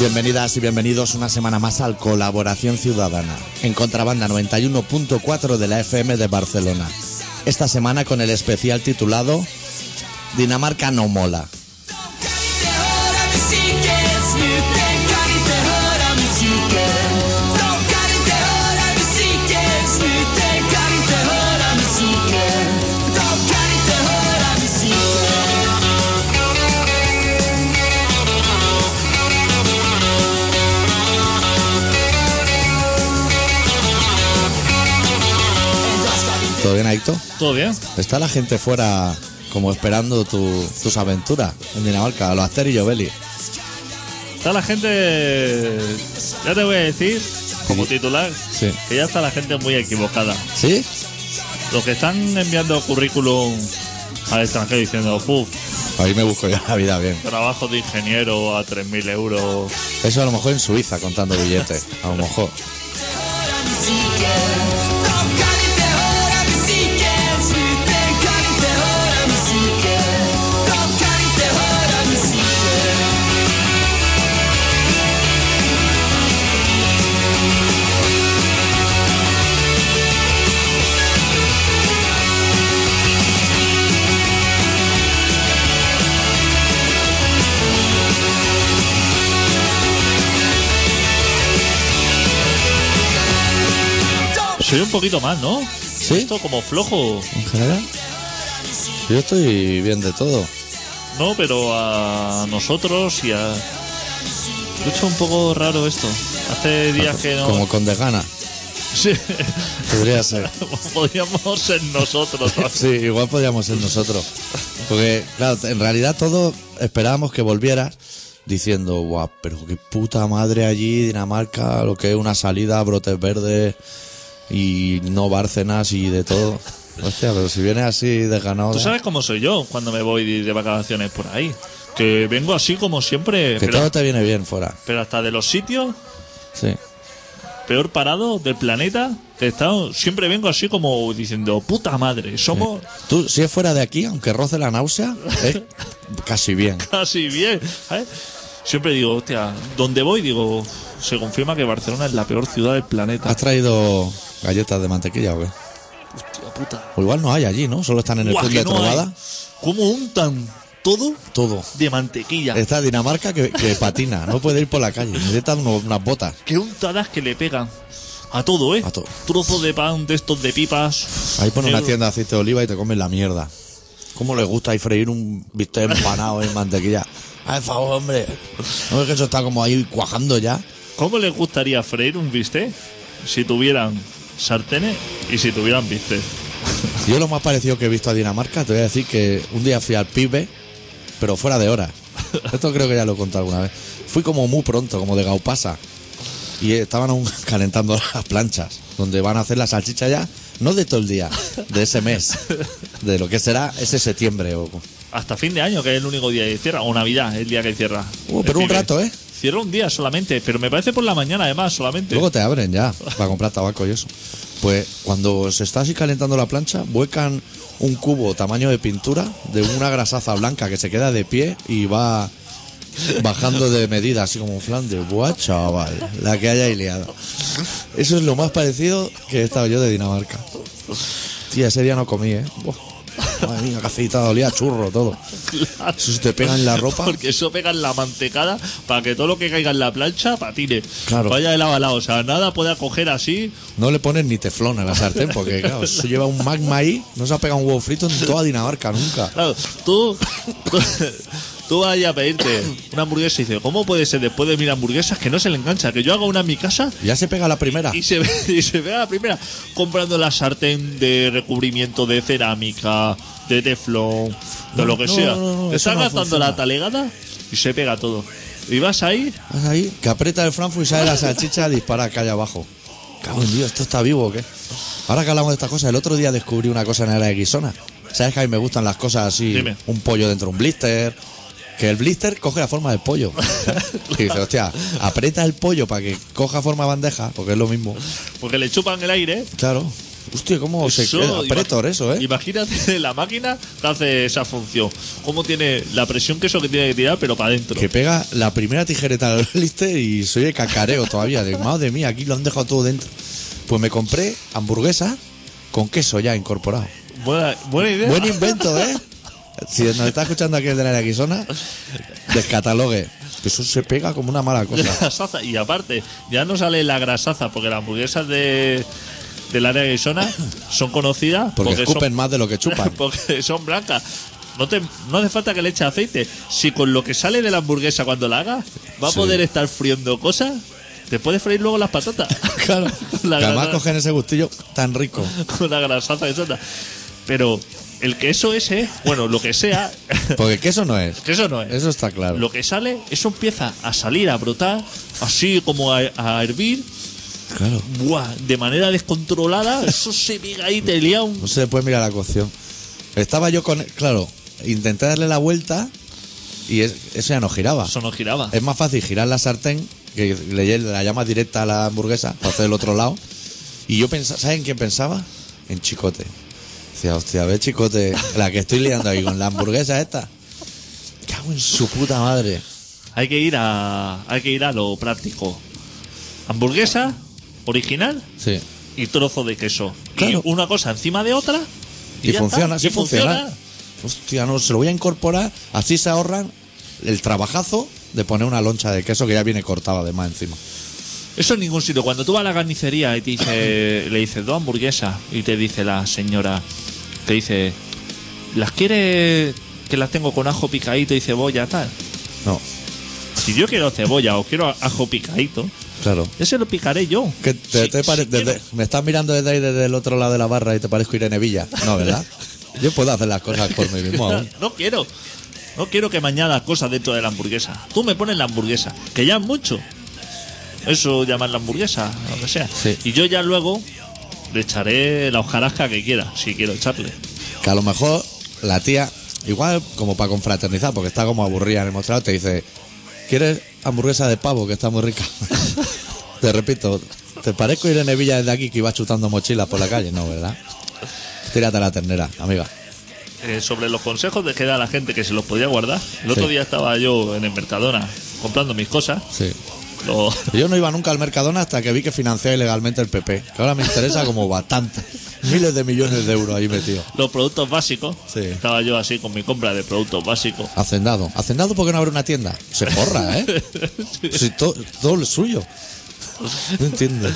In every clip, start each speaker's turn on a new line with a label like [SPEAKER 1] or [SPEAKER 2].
[SPEAKER 1] Bienvenidas y bienvenidos una semana más al Colaboración Ciudadana, en contrabanda 91.4 de la FM de Barcelona. Esta semana con el especial titulado Dinamarca no mola.
[SPEAKER 2] Kan inte höra musiken, kan inte höra musiken. De kan inte höra musiken, snuten kan inte höra musiken. De kan inte höra musiken. En dag ska vi inte
[SPEAKER 1] ¿Todo bien, Aito?
[SPEAKER 3] ¿Todo bien?
[SPEAKER 1] Está la gente fuera como esperando tu- tus aventuras en Dinamarca, a los Aster y Jovelli.
[SPEAKER 3] Está la gente. Ya te voy a decir, como titular,
[SPEAKER 1] Sí.
[SPEAKER 3] que ya está la gente muy equivocada.
[SPEAKER 1] ¿Sí?
[SPEAKER 3] Los que están enviando currículum al extranjero diciendo, uff,
[SPEAKER 1] Ahí me busco yo la vida bien.
[SPEAKER 3] trabajo de ingeniero a 3.000 euros.
[SPEAKER 1] Eso a lo mejor en Suiza contando billetes, a lo mejor.
[SPEAKER 2] höra musiken. De kan inte höra musiken, snuten kan inte höra musiken. De kan inte höra musiken.
[SPEAKER 3] Soy un poquito más, ¿no?
[SPEAKER 1] ¿Sí?
[SPEAKER 3] Esto como flojo,
[SPEAKER 1] ¿En general? Yo estoy bien de todo.
[SPEAKER 3] ¿no? Pero a nosotros y a. De hecho, un poco raro esto. Hace días que no.
[SPEAKER 1] Ah, Como con desgana.
[SPEAKER 3] Sí.
[SPEAKER 1] Podría ser.
[SPEAKER 3] Podríamos ser nosotros. ¿no?
[SPEAKER 1] Sí, igual podríamos ser nosotros. Porque, claro, en realidad todos esperábamos que volvieras diciendo, guau, pero qué puta madre allí, Dinamarca, lo que es una salida, brotes verdes y no Bárcenas y de todo. Hostia, pero si vienes así desganado.
[SPEAKER 3] Tú sabes cómo soy yo cuando me voy de vacaciones por ahí. Que vengo así como siempre,
[SPEAKER 1] Que
[SPEAKER 3] pero,
[SPEAKER 1] todo te viene bien fuera.
[SPEAKER 3] pero hasta de los sitios
[SPEAKER 1] Sí.
[SPEAKER 3] peor parados del planeta, he estado- siempre vengo así como diciendo, puta madre, somos
[SPEAKER 1] Tú, si es fuera de aquí, aunque roce la náusea, es casi bien.
[SPEAKER 3] casi bien. ¿sabes? Siempre digo, hostia, donde voy, digo, se confirma que Barcelona es la peor ciudad del planeta.
[SPEAKER 1] ¿Has traído galletas de mantequilla o qué?
[SPEAKER 3] Hostia puta.
[SPEAKER 1] O igual no hay allí, ¿no? Solo están Ah, en el
[SPEAKER 3] Guau,
[SPEAKER 1] pueblo de
[SPEAKER 3] que no hay.
[SPEAKER 1] Trobada.
[SPEAKER 3] ¿Cómo untan todo
[SPEAKER 1] Todo.
[SPEAKER 3] de mantequilla?
[SPEAKER 1] Está Dinamarca que, que patina, no puede ir por la calle, necesita uno- unas botas.
[SPEAKER 3] Que untadas que le pegan a todo, ¿eh?
[SPEAKER 1] A todo.
[SPEAKER 3] Trozo de pan de estos de pipas.
[SPEAKER 1] Ahí pone una
[SPEAKER 3] Euro.
[SPEAKER 1] tienda de aceite de oliva y te comen la mierda. ¿Cómo les gusta ahí freír un bistec empanado en mantequilla? Ay, favor, hombre. No ves que eso está como ahí cuajando ya.
[SPEAKER 3] ¿Cómo les gustaría freír un bistec si tuvieran sartenes y si tuvieran bistec?
[SPEAKER 1] Yo lo más parecido que he visto a Dinamarca, te voy a decir que un día fui al pibe, pero fuera de hora. Esto creo que ya lo he contado alguna vez. Fui como muy pronto, como de Gaupasa. Y estaban aún calentando las planchas, donde van a hacer la salchicha ya, no de todo el día, de ese mes, de lo que será ese septiembre. O...
[SPEAKER 3] Hasta fin de año, que es el único día que cierra, o Navidad, el día que cierra.
[SPEAKER 1] Uh, pero
[SPEAKER 3] El
[SPEAKER 1] un
[SPEAKER 3] pibe.
[SPEAKER 1] rato, ¿eh?
[SPEAKER 3] Cierra un día solamente, pero me parece por la mañana además, solamente.
[SPEAKER 1] Luego te abren ya para comprar tabaco y eso. Pues cuando se está así calentando la plancha, vuelcan un cubo tamaño de pintura de una grasaza blanca que se queda de pie y va bajando de medida, así como un flan de buah, chaval, la que haya liada. Eso es lo más parecido que he estado yo de Dinamarca. Tía, ese día no comí, ¿eh? Buah. Madre mía, cafeita, olía a churro, todo.
[SPEAKER 3] Claro.
[SPEAKER 1] Eso se te pega en la ropa.
[SPEAKER 3] Porque eso pega en la mantecada para que todo lo que caiga en la plancha patine.
[SPEAKER 1] Claro.
[SPEAKER 3] Vaya de lado a lado, o sea, nada pueda coger así.
[SPEAKER 1] No le pones ni teflón a la sartén, porque claro, eso lleva un magma ahí, no se ha pegado un huevo frito en toda Dinamarca nunca.
[SPEAKER 3] Claro, tú, tú vas ahí a pedirte una hamburguesa y dices, ¿cómo puede ser después de mil hamburguesas que no se le engancha? Que yo haga una en mi casa
[SPEAKER 1] Ya se pega la primera.
[SPEAKER 3] Y se, ve, y se ve a la primera comprando la sartén de recubrimiento de cerámica, de teflón, de lo que
[SPEAKER 1] no,
[SPEAKER 3] sea.
[SPEAKER 1] no, no, eso
[SPEAKER 3] Te está
[SPEAKER 1] no
[SPEAKER 3] gastando
[SPEAKER 1] funciona.
[SPEAKER 3] la talegada y se pega todo. Y vas ahí,
[SPEAKER 1] Vas ahí, que aprieta el Frankfurt y sale la salchicha dispara acá allá abajo. Cabrón, Dios, esto está vivo o qué. Ahora que hablamos de estas cosas, el otro día descubrí una cosa en la era de Guisona. ¿Sabes que a mí me gustan las cosas así?
[SPEAKER 3] Dime.
[SPEAKER 1] Un pollo dentro de un blister. Que el blister coge la forma del pollo. Y dice, hostia, aprieta el pollo para que coja forma bandeja, porque es lo mismo.
[SPEAKER 3] porque le chupan el aire,
[SPEAKER 1] Claro. Hostia, cómo se
[SPEAKER 3] Eso,
[SPEAKER 1] queda.
[SPEAKER 3] imag-
[SPEAKER 1] Pretor, eso, ¿eh?
[SPEAKER 3] Imagínate la máquina que hace esa función. Cómo tiene la presión que eso que tiene que tirar, pero para adentro.
[SPEAKER 1] Que pega la primera tijereta al liste y soy de cacareo todavía. De madre mía, aquí lo han dejado todo dentro. Pues me compré hamburguesa con queso ya incorporado.
[SPEAKER 3] Buena, buena idea.
[SPEAKER 1] Buen invento, ¿eh? Si nos está escuchando aquel de la Arizona, descatalogue. Que Eso se pega como una mala cosa.
[SPEAKER 3] Grasaza. Y aparte, ya no sale la grasaza, porque las hamburguesas de, del área de zona son conocidas
[SPEAKER 1] Porque,
[SPEAKER 3] porque
[SPEAKER 1] escupen
[SPEAKER 3] son,
[SPEAKER 1] más de lo que chupan.
[SPEAKER 3] porque son blancas. No, te, no hace falta que le eches aceite. Si con lo que sale de la hamburguesa cuando la hagas, va a
[SPEAKER 1] Sí.
[SPEAKER 3] poder estar friendo cosas, te puedes freír luego las patatas.
[SPEAKER 1] Claro.
[SPEAKER 3] La
[SPEAKER 1] que además
[SPEAKER 3] grasa-
[SPEAKER 1] cogen ese gustillo tan rico.
[SPEAKER 3] con la grasaza de chata. Pero el queso ese, bueno, lo que sea,
[SPEAKER 1] Porque queso no es.
[SPEAKER 3] queso no es.
[SPEAKER 1] Eso está claro.
[SPEAKER 3] Lo que sale, eso empieza a salir, a brotar, así como a, a hervir,
[SPEAKER 1] Claro.
[SPEAKER 3] buah, de manera descontrolada, eso se pega ahí, te lía un...
[SPEAKER 1] No se le puede mirar la cocción. Estaba yo con. Claro, intenté darle la vuelta y es- eso ya no giraba.
[SPEAKER 3] Eso no giraba.
[SPEAKER 1] Es más fácil girar la sartén que le lle- la llama directa a la hamburguesa para hacer el otro lado. Y yo pensaba, ¿saben quién pensaba? En Chicote. Decía, hostia, a ver, Chicote, la que estoy liando ahí con la hamburguesa esta. Cago en su puta madre.
[SPEAKER 3] Hay que ir a, hay que ir a lo práctico. Hamburguesa original
[SPEAKER 1] Sí.
[SPEAKER 3] y trozo de queso.
[SPEAKER 1] Claro.
[SPEAKER 3] Y una cosa encima de otra y,
[SPEAKER 1] Y,
[SPEAKER 3] ya
[SPEAKER 1] funciona,
[SPEAKER 3] está.
[SPEAKER 1] sí
[SPEAKER 3] Y
[SPEAKER 1] funciona. Hostia, no, se lo voy a incorporar. Así se ahorran el trabajazo de poner una loncha de queso que ya viene cortada además encima.
[SPEAKER 3] Eso en ningún sitio. Cuando tú vas a la carnicería y te dice, le dices dos hamburguesas y te dice la señora, te dice, ¿las quieres que las tengo con ajo picadito y cebolla tal?
[SPEAKER 1] No,
[SPEAKER 3] Si yo quiero cebolla o quiero ajo picadito,
[SPEAKER 1] claro.
[SPEAKER 3] ese lo picaré yo.
[SPEAKER 1] Que te,
[SPEAKER 3] Si-
[SPEAKER 1] te pare-
[SPEAKER 3] si
[SPEAKER 1] desde-
[SPEAKER 3] quiero-
[SPEAKER 1] me estás mirando desde ahí, desde el otro lado de la barra y te parezco Irene Villa. No, ¿verdad? Yo puedo hacer las cosas por mí mismo aún.
[SPEAKER 3] No quiero. No quiero que me añadas cosas dentro de la hamburguesa. Tú me pones la hamburguesa, que ya es mucho. Eso llamar la hamburguesa, lo que sea.
[SPEAKER 1] Sí.
[SPEAKER 3] Y yo ya luego le echaré la hojarasca que quiera, si quiero echarle.
[SPEAKER 1] Que a lo mejor la tía, igual como para confraternizar, porque está como aburrida en el mostrador, te dice, ¿quieres hamburguesa de pavo que está muy rica? te repito, ¿te parezco Irene Villa desde aquí que iba chutando mochilas por la calle? No, ¿verdad? Tírate a la ternera, amiga.
[SPEAKER 3] Eh, sobre los consejos de que da la gente que se los podía guardar. El otro
[SPEAKER 1] Sí.
[SPEAKER 3] día estaba yo en el Mercadona comprando mis cosas.
[SPEAKER 1] Sí.
[SPEAKER 3] Lo-
[SPEAKER 1] Yo no iba nunca al Mercadona hasta que vi que financiaba ilegalmente el PP, que ahora me interesa como bastante. Miles de millones de euros ahí metido.
[SPEAKER 3] los productos básicos.
[SPEAKER 1] Sí.
[SPEAKER 3] Estaba yo así con mi compra de productos básicos.
[SPEAKER 1] Hacendado. Hacendado porque no abre una tienda. Se forra, ¿eh? Si to- todo el suyo. No entiendo.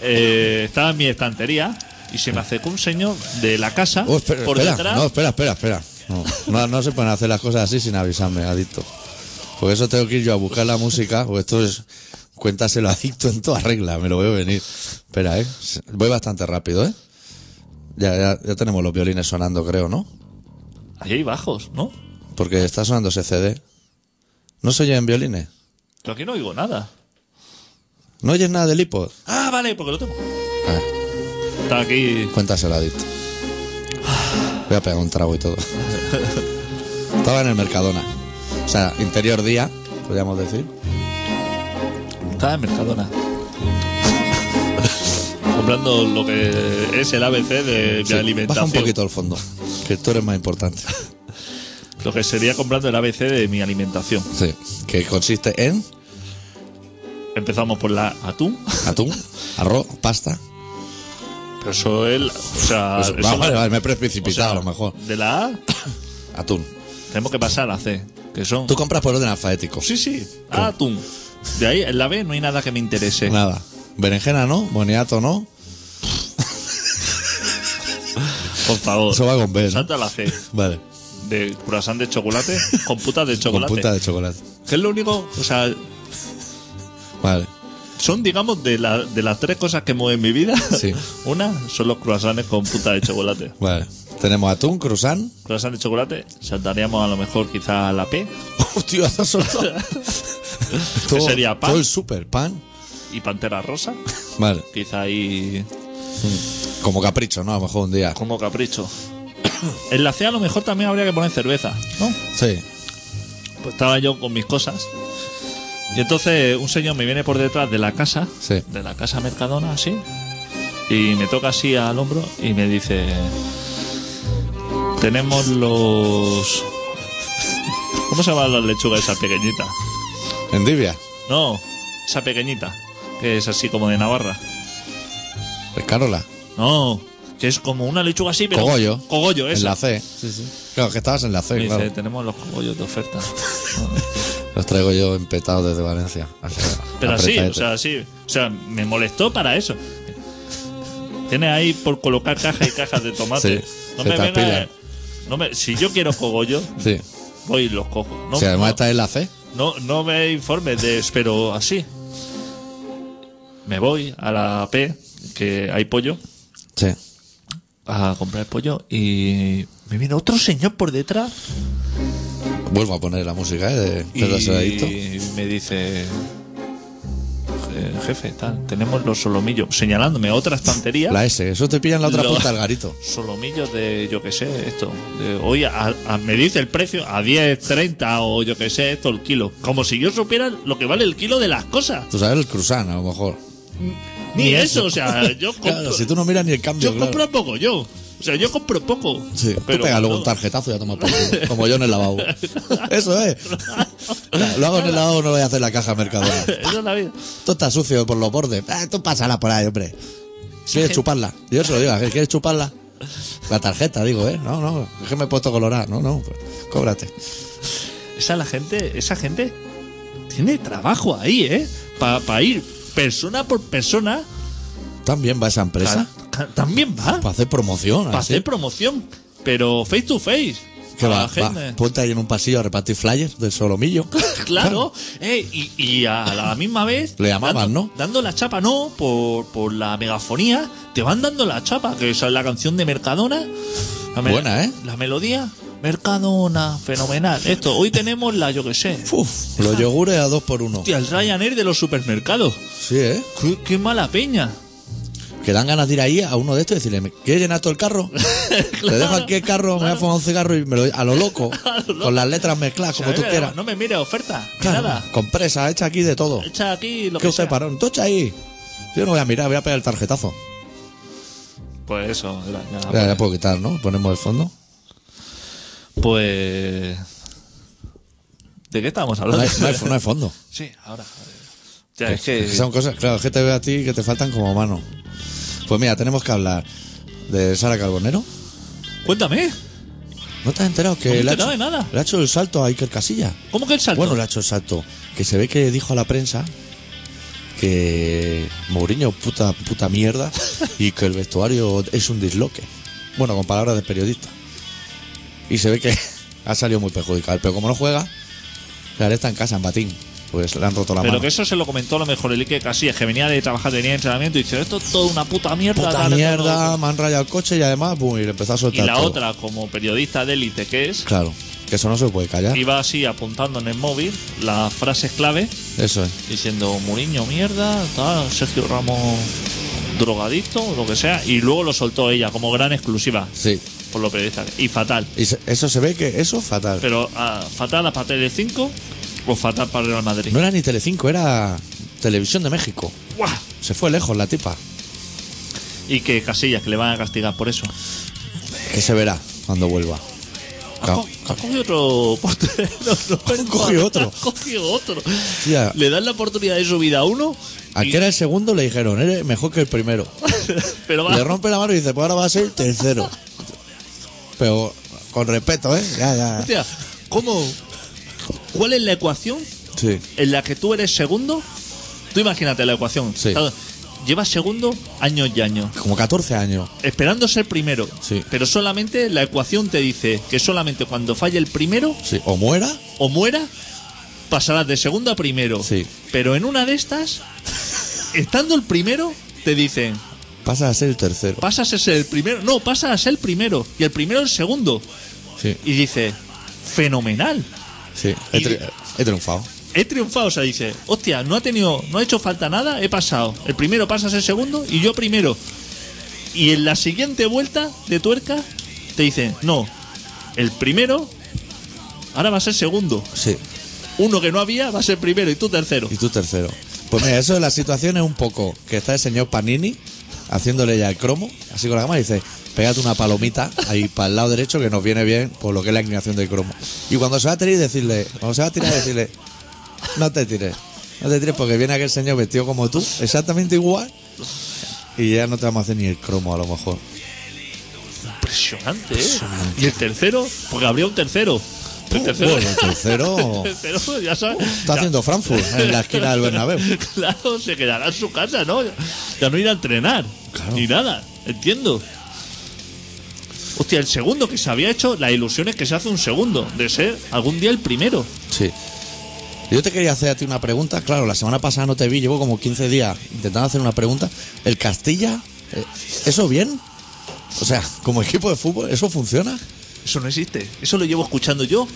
[SPEAKER 3] Eh, estaba en mi estantería y se me acercó un señor de la casa
[SPEAKER 1] Oh, espera,
[SPEAKER 3] por
[SPEAKER 1] espera.
[SPEAKER 3] detrás.
[SPEAKER 1] No, espera, espera, espera. No, no, no se pueden hacer las cosas así sin avisarme, adicto. Por eso tengo que ir yo a buscar la música, porque esto es. Cuéntaselo adicto en toda regla, me lo veo venir. Espera, ¿eh? Voy bastante rápido, ¿eh? Ya, ya, ya tenemos los violines sonando, creo, ¿no?
[SPEAKER 3] Ahí hay bajos, ¿no?
[SPEAKER 1] Porque está sonando ese CD. ¿No se oyen violines?
[SPEAKER 3] Pero aquí no oigo nada.
[SPEAKER 1] ¿No oyes nada del iPod?
[SPEAKER 3] Ah, vale, porque lo tengo.
[SPEAKER 1] Ah.
[SPEAKER 3] Está aquí.
[SPEAKER 1] Cuéntaselo, adicto. Voy a pegar un trago y todo. Estaba en el Mercadona. O sea, interior día, podríamos decir.
[SPEAKER 3] Estaba en Mercadona. Comprando lo que es el ABC de mi
[SPEAKER 1] Sí, baja
[SPEAKER 3] alimentación.
[SPEAKER 1] un poquito el fondo, que tú eres más importante.
[SPEAKER 3] Lo que sería comprando el ABC de mi alimentación.
[SPEAKER 1] Sí, que consiste en
[SPEAKER 3] Empezamos por la atún.
[SPEAKER 1] atún, arroz, pasta.
[SPEAKER 3] Pero eso es. la- O sea,
[SPEAKER 1] Pues,
[SPEAKER 3] Ah, eso
[SPEAKER 1] va,
[SPEAKER 3] es la-
[SPEAKER 1] vale, vale, me he
[SPEAKER 3] o
[SPEAKER 1] precipitado
[SPEAKER 3] sea,
[SPEAKER 1] a lo mejor.
[SPEAKER 3] De la A
[SPEAKER 1] Atún.
[SPEAKER 3] tenemos que pasar a la C. Que son.
[SPEAKER 1] Tú compras por orden alfabético.
[SPEAKER 3] Sí, sí. A, atún. De ahí, en la B no hay nada que me interese.
[SPEAKER 1] Nada. Berenjena no, boniato no.
[SPEAKER 3] Por favor.
[SPEAKER 1] Eso va con B. ¿no?
[SPEAKER 3] Salta la C.
[SPEAKER 1] Vale.
[SPEAKER 3] De croissant de chocolate con putas de
[SPEAKER 1] Con
[SPEAKER 3] chocolate.
[SPEAKER 1] punta de chocolate.
[SPEAKER 3] Que es lo único. O sea,
[SPEAKER 1] Vale.
[SPEAKER 3] son, digamos, de, la- de las tres cosas que mueven mi vida.
[SPEAKER 1] Sí.
[SPEAKER 3] Una son los croissants con puta de chocolate.
[SPEAKER 1] Vale. Tenemos atún, cruzán.
[SPEAKER 3] Croissant de chocolate, saltaríamos a lo mejor quizá a la P.
[SPEAKER 1] Hostia, eso soltado. todo,
[SPEAKER 3] sería pan?
[SPEAKER 1] Todo el super pan.
[SPEAKER 3] y Pantera Rosa.
[SPEAKER 1] Vale.
[SPEAKER 3] Quizá ahí
[SPEAKER 1] Como capricho, ¿no? A lo mejor un día.
[SPEAKER 3] como capricho. En la C a lo mejor también habría que poner cerveza, ¿no?
[SPEAKER 1] Sí.
[SPEAKER 3] Pues estaba yo con mis cosas. Y entonces un señor me viene por detrás de la casa,
[SPEAKER 1] Sí.
[SPEAKER 3] de la casa Mercadona, así. y me toca así al hombro y me dice, tenemos los... ¿Cómo se llaman las lechugas esas pequeñitas?
[SPEAKER 1] Endivia,
[SPEAKER 3] No, esa pequeñita, que es así como de Navarra.
[SPEAKER 1] Escarola,
[SPEAKER 3] No, que es como una lechuga así, pero...
[SPEAKER 1] Cogollo.
[SPEAKER 3] Cogollo,
[SPEAKER 1] en
[SPEAKER 3] esa.
[SPEAKER 1] la C. Claro, que estabas en la
[SPEAKER 3] Me
[SPEAKER 1] C,
[SPEAKER 3] dice,
[SPEAKER 1] claro.
[SPEAKER 3] tenemos los cogollos de oferta.
[SPEAKER 1] Los traigo yo empetados desde Valencia. Así, este.
[SPEAKER 3] Pero así,
[SPEAKER 1] apretadete.
[SPEAKER 3] o sea, así. O sea, me molestó para eso. Tienes ahí por colocar cajas y cajas de tomate.
[SPEAKER 1] Sí,
[SPEAKER 3] no
[SPEAKER 1] se
[SPEAKER 3] me
[SPEAKER 1] te
[SPEAKER 3] venga-
[SPEAKER 1] apilan.
[SPEAKER 3] no me- si yo quiero cogollo,
[SPEAKER 1] Sí.
[SPEAKER 3] voy y los cojo. No,
[SPEAKER 1] si además
[SPEAKER 3] no,
[SPEAKER 1] estás en la C,
[SPEAKER 3] no, no me informes de pero así. Me voy a la P, que hay pollo,
[SPEAKER 1] sí.
[SPEAKER 3] a comprar pollo y me viene otro señor por detrás
[SPEAKER 1] Vuelvo a poner la música, ¿eh? De
[SPEAKER 3] Y
[SPEAKER 1] Pedro Segadito.
[SPEAKER 3] me dice, "Je- jefe, tal, tenemos los solomillos, señalándome a otra estantería.
[SPEAKER 1] La S, eso te pilla en la otra
[SPEAKER 3] Lo-
[SPEAKER 1] punta del garito.
[SPEAKER 3] Solomillos de, yo que sé, esto. de hoy a- a- me dice el precio a 10, 30 o yo que sé, esto el kilo. Como si yo supiera lo que vale el kilo de las cosas.
[SPEAKER 1] Tú sabes el cruzán, a lo mejor.
[SPEAKER 3] Ni eso, o sea, yo compro,
[SPEAKER 1] Claro, si tú no miras ni el cambio,
[SPEAKER 3] yo
[SPEAKER 1] claro.
[SPEAKER 3] compro poco, yo. O sea, yo compro poco.
[SPEAKER 1] Sí, tú
[SPEAKER 3] pero
[SPEAKER 1] pega luego
[SPEAKER 3] no.
[SPEAKER 1] un tarjetazo y ya tomas por culo, Como yo en el lavabo. Eso es. Lo hago en el lavabo, no lo voy a hacer en la caja mercadona.
[SPEAKER 3] Eso es la vida.
[SPEAKER 1] Esto está sucio por los bordes. Ah, tú pásala por ahí, hombre. ¿Quieres chuparla? Yo se lo digo, ¿quieres chuparla? La tarjeta, digo, ¿eh? No, no, es que me he puesto colorada. No, no, pues, cóbrate.
[SPEAKER 3] Esa la gente, esa gente tiene trabajo ahí, ¿eh? Para ir persona por persona.
[SPEAKER 1] También va esa empresa
[SPEAKER 3] Ca- ca- También va.
[SPEAKER 1] para hacer promoción.
[SPEAKER 3] Para
[SPEAKER 1] así.
[SPEAKER 3] hacer promoción. Pero face to face.
[SPEAKER 1] Que
[SPEAKER 3] a
[SPEAKER 1] va,
[SPEAKER 3] la gente.
[SPEAKER 1] va, ponte ahí en un pasillo a repartir flyers de solomillo.
[SPEAKER 3] Claro, eh, y, y a la misma vez.
[SPEAKER 1] Le llamaban,
[SPEAKER 3] dando,
[SPEAKER 1] ¿no?
[SPEAKER 3] Dando la chapa, no, por, por la megafonía. Te van dando la chapa, que esa es la canción de Mercadona. La
[SPEAKER 1] Buena, ¿eh?
[SPEAKER 3] La melodía. Mercadona, fenomenal. Esto, hoy tenemos la, yo que sé.
[SPEAKER 1] Uf, los yogures a dos por uno.
[SPEAKER 3] Hostia, el Ryanair de los supermercados.
[SPEAKER 1] Sí, ¿eh?
[SPEAKER 3] Qué, qué mala peña.
[SPEAKER 1] Que dan ganas de ir ahí a uno de estos y decirle, ¿quieres llenar todo el carro? Te dejo aquí el carro, me voy a fumar un cigarro y me lo, a lo loco, con las letras mezcladas,
[SPEAKER 3] O sea,
[SPEAKER 1] como tú
[SPEAKER 3] mira,
[SPEAKER 1] quieras.
[SPEAKER 3] No me mire oferta, ni
[SPEAKER 1] Claro,
[SPEAKER 3] nada.
[SPEAKER 1] compresa, hecha aquí de todo.
[SPEAKER 3] Echa aquí lo
[SPEAKER 1] ¿Qué
[SPEAKER 3] que
[SPEAKER 1] usted,
[SPEAKER 3] sea.
[SPEAKER 1] parón? Tocha ahí. Yo no voy a mirar, voy a pegar el tarjetazo.
[SPEAKER 3] Pues eso, era- ya,
[SPEAKER 1] ya, ya
[SPEAKER 3] pues,
[SPEAKER 1] puedo quitar, ¿no? Ponemos el fondo.
[SPEAKER 3] pues- ¿De qué estábamos
[SPEAKER 1] No
[SPEAKER 3] hablando?
[SPEAKER 1] hay, no hay- no hay fondo.
[SPEAKER 3] Sí, ahora. Ya, es que.
[SPEAKER 1] Son cosas, claro, es que te veo a ti que te faltan como mano. Pues mira, tenemos que hablar de Sara Carbonero.
[SPEAKER 3] Cuéntame,
[SPEAKER 1] ¿No te has enterado que
[SPEAKER 3] No me he
[SPEAKER 1] le, ha
[SPEAKER 3] enterado
[SPEAKER 1] hecho,
[SPEAKER 3] de nada.
[SPEAKER 1] le ha hecho el salto a Iker Casilla?
[SPEAKER 3] ¿cómo que el salto?
[SPEAKER 1] Bueno, le ha hecho el salto. Que se ve que dijo a la prensa que Mourinho puta puta mierda y que el vestuario es un disloque. Bueno, con palabras de periodista. Y se ve que ha salido muy perjudicado. Pero como no juega, la está en casa, en batín. Pues le han roto la
[SPEAKER 3] Pero
[SPEAKER 1] mano.
[SPEAKER 3] que eso se lo comentó a lo mejor el Ike Casillas, que venía de trabajar, venía de entrenamiento y dice: Esto es toda una puta mierda.
[SPEAKER 1] puta
[SPEAKER 3] tal,
[SPEAKER 1] mierda,
[SPEAKER 3] todo".
[SPEAKER 1] me han rayado el coche y además, boom, y le empezó a
[SPEAKER 3] Y
[SPEAKER 1] soltar
[SPEAKER 3] la
[SPEAKER 1] todo.
[SPEAKER 3] otra, como periodista de élite que es,
[SPEAKER 1] Claro, que eso no se puede callar.
[SPEAKER 3] iba así apuntando en el móvil las frases clave.
[SPEAKER 1] Eso es.
[SPEAKER 3] diciendo Muriño mierda, tal, Sergio Ramos drogadicto o lo que sea, y luego lo soltó ella como gran exclusiva
[SPEAKER 1] Sí.
[SPEAKER 3] por los periodistas. Y fatal.
[SPEAKER 1] Y se- eso se ve que eso fatal.
[SPEAKER 3] Pero ah, fatal a para Tele5 o fatal para Real Madrid.
[SPEAKER 1] No era ni Telecinco, era Televisión de México.
[SPEAKER 3] ¡Guau!
[SPEAKER 1] Se fue lejos la tipa.
[SPEAKER 3] Y que Casillas, que le van a castigar por eso.
[SPEAKER 1] Que se verá cuando vuelva.
[SPEAKER 3] Ha
[SPEAKER 1] Ca-
[SPEAKER 3] co- ha cogido otro portero. no, no, no,
[SPEAKER 1] cogido otro.
[SPEAKER 3] ha cogido otro.
[SPEAKER 1] Tía.
[SPEAKER 3] Le dan la oportunidad de su vida a uno.
[SPEAKER 1] Al
[SPEAKER 3] y-
[SPEAKER 1] que era el segundo le dijeron, eres mejor que el primero.
[SPEAKER 3] pero va-
[SPEAKER 1] Le rompe la mano y dice, pues ahora va a ser el tercero. Pero con respeto, ¿eh? Ya, ya.
[SPEAKER 3] Hostia, ¿cómo? ¿Cuál es la ecuación
[SPEAKER 1] Sí.
[SPEAKER 3] en la que tú eres segundo? Tú imagínate la ecuación.
[SPEAKER 1] Sí.
[SPEAKER 3] Claro, Llevas segundo años y años,
[SPEAKER 1] Como 14 años.
[SPEAKER 3] esperando ser primero.
[SPEAKER 1] Sí.
[SPEAKER 3] Pero solamente la ecuación te dice que solamente cuando falle el primero
[SPEAKER 1] Sí. O muera.
[SPEAKER 3] o muera, pasarás de segundo a primero.
[SPEAKER 1] Sí.
[SPEAKER 3] Pero en una de estas, estando el primero, te dicen,
[SPEAKER 1] Pasa a ser el tercero.
[SPEAKER 3] pasas a ser el primero. No, pasas a ser el primero. Y el primero el segundo.
[SPEAKER 1] Sí,
[SPEAKER 3] Y dice, fenomenal.
[SPEAKER 1] sí. He,
[SPEAKER 3] Y-
[SPEAKER 1] tri- he triunfado.
[SPEAKER 3] He triunfado, o sea, dice, hostia, no ha tenido, no ha hecho falta nada, he pasado. El primero pasa a ser segundo y yo primero. Y en la siguiente vuelta de tuerca te dicen, no, el primero ahora va a ser segundo.
[SPEAKER 1] Sí.
[SPEAKER 3] Uno que no había va a ser primero y tú tercero.
[SPEAKER 1] Y tú tercero. Pues mira, eso de la situación es un poco que está el señor Panini haciéndole ya el cromo, así con la cámara, y dice, pégate una palomita ahí para el lado derecho que nos viene bien por lo que es la inclinación del cromo. Y cuando se va a tirar, decirle, cuando se va a tirar, decirle, no te tires, no te tires porque viene aquel señor vestido como tú, exactamente igual, y ya no te vamos a hacer ni el cromo a lo mejor.
[SPEAKER 3] Impresionante, ¿eh? Y el tercero, porque habría un tercero. El tercero.
[SPEAKER 1] Bueno, el tercero
[SPEAKER 3] El tercero, pues ya sabes.
[SPEAKER 1] está
[SPEAKER 3] ya-
[SPEAKER 1] haciendo Frankfurt en la esquina del Bernabéu.
[SPEAKER 3] Claro, se quedará en su casa, ¿no? Ya no irá a entrenar.
[SPEAKER 1] Claro.
[SPEAKER 3] Ni nada, entiendo. Hostia, el segundo que se había hecho, las ilusiones que se hace un segundo, de ser algún día el primero.
[SPEAKER 1] Sí. Yo te quería hacer a ti una pregunta. Claro, la semana pasada no te vi, llevo como 15 días intentando hacer una pregunta. ¿El Castilla, eh, eso bien? O sea, como equipo de fútbol, ¿eso funciona?
[SPEAKER 3] Eso no existe. Eso lo llevo escuchando yo.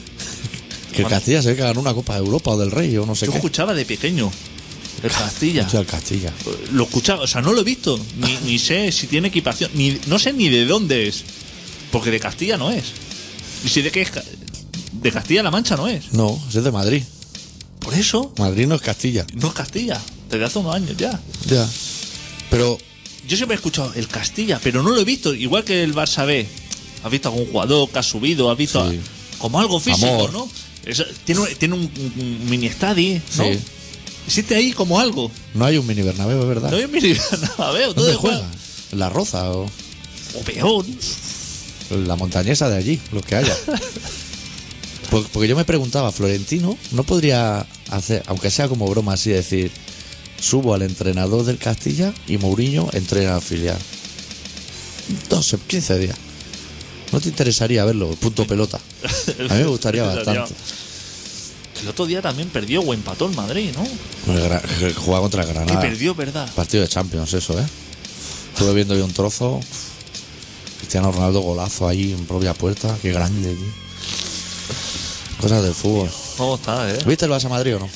[SPEAKER 1] Que el Castilla se ve que ganó una Copa de Europa o del Rey o no sé
[SPEAKER 3] Yo
[SPEAKER 1] qué.
[SPEAKER 3] escuchaba de pequeño. El Castilla.
[SPEAKER 1] Hostia, el Castilla.
[SPEAKER 3] Lo escuchaba, o sea, no lo he visto. Ni, ni sé si tiene equipación. Ni, no sé ni de dónde es. Porque de Castilla no es. Y si de qué es. Ca- De Castilla-La Mancha no es.
[SPEAKER 1] No, ese es de Madrid.
[SPEAKER 3] Por eso
[SPEAKER 1] Madrid no es Castilla.
[SPEAKER 3] no es Castilla. Desde hace unos años ya.
[SPEAKER 1] Ya. Pero,
[SPEAKER 3] Yo siempre he escuchado el Castilla, pero no lo he visto. Igual que el Barça B. Has visto algún jugador que ha subido, has visto a-
[SPEAKER 1] Sí.
[SPEAKER 3] como algo físico,
[SPEAKER 1] Amor.
[SPEAKER 3] ¿no? Es- tiene, un- tiene un, un mini estadi, ¿no?
[SPEAKER 1] Sí.
[SPEAKER 3] Existe ahí como algo.
[SPEAKER 1] no hay un mini Bernabéu, es verdad.
[SPEAKER 3] No es mini Bernabéu, todo
[SPEAKER 1] Ah. ¿Dónde
[SPEAKER 3] es
[SPEAKER 1] juega? En La Roza o
[SPEAKER 3] juego- O peor.
[SPEAKER 1] en la montañesa de allí, lo que haya. Por- Porque yo me preguntaba, Florentino, ¿no podría hacer, aunque sea como broma así, decir, subo al entrenador del Castilla y Mourinho entrena al filial? 12, 15 días. ¿No te interesaría verlo? Punto pelota. A mí me gustaría bastante.
[SPEAKER 3] El otro día también perdió o empató el Madrid, ¿no?
[SPEAKER 1] Pues Gra- Juega contra
[SPEAKER 3] Que
[SPEAKER 1] Granada.
[SPEAKER 3] perdió, ¿verdad?
[SPEAKER 1] Partido de Champions, eso, ¿eh? Estuve viendo yo un trozo. Cristiano Ronaldo golazo ahí en propia puerta. Qué grande, tío. Cosas del fútbol.
[SPEAKER 3] ¿Cómo está, eh?
[SPEAKER 1] ¿Viste el Barça Madrid o no?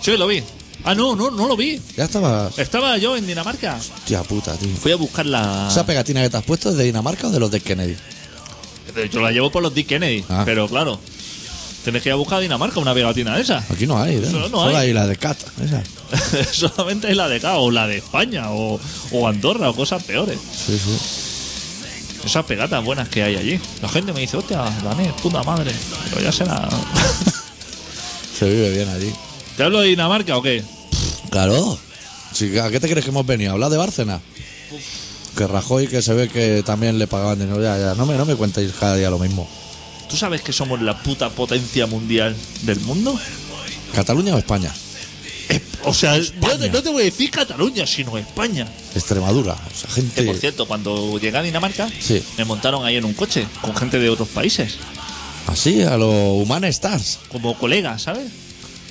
[SPEAKER 3] Sí, lo vi. Ah, no, no, no lo vi.
[SPEAKER 1] Ya estaba.
[SPEAKER 3] Estaba yo en Dinamarca.
[SPEAKER 1] Hostia puta, tío.
[SPEAKER 3] Fui a buscar la.
[SPEAKER 1] ¿Esa pegatina que te has puesto es de Dinamarca o de los de Kennedy?
[SPEAKER 3] Eh, Yo la llevo por los Dick Kennedy,
[SPEAKER 1] Ah.
[SPEAKER 3] pero claro, tenés que ir a buscar a Dinamarca una pegatina de esa.
[SPEAKER 1] Aquí no hay, ¿eh?
[SPEAKER 3] No, no
[SPEAKER 1] Solo
[SPEAKER 3] hay.
[SPEAKER 1] la de Cat. Esa.
[SPEAKER 3] Solamente es la de acá, o la de España, o, o Andorra, o cosas peores.
[SPEAKER 1] Sí, sí.
[SPEAKER 3] Esas pegatas buenas que hay allí. La gente me dice, hostia, Danés, puta madre, pero ya será.
[SPEAKER 1] Se vive bien allí.
[SPEAKER 3] ¿Te hablo de Dinamarca o qué?
[SPEAKER 1] Claro. Sí, ¿A qué te crees que hemos venido? ¿A ¿Hablar de Bárcena? Que Rajoy, que se ve que también le pagaban dinero. Ya, ya. No me, no me cuentéis cada día lo mismo.
[SPEAKER 3] ¿Tú sabes que somos la puta potencia mundial del mundo?
[SPEAKER 1] ¿Cataluña o España?
[SPEAKER 3] O sea, yo te- no te voy a decir Cataluña, sino España.
[SPEAKER 1] Extremadura. O sea,
[SPEAKER 3] Que por
[SPEAKER 1] gente.
[SPEAKER 3] cierto, cuando llegué a Dinamarca,
[SPEAKER 1] Sí.
[SPEAKER 3] me montaron ahí en un coche con gente de otros países,
[SPEAKER 1] Así, a lo Human Stars.
[SPEAKER 3] como colegas, ¿sabes?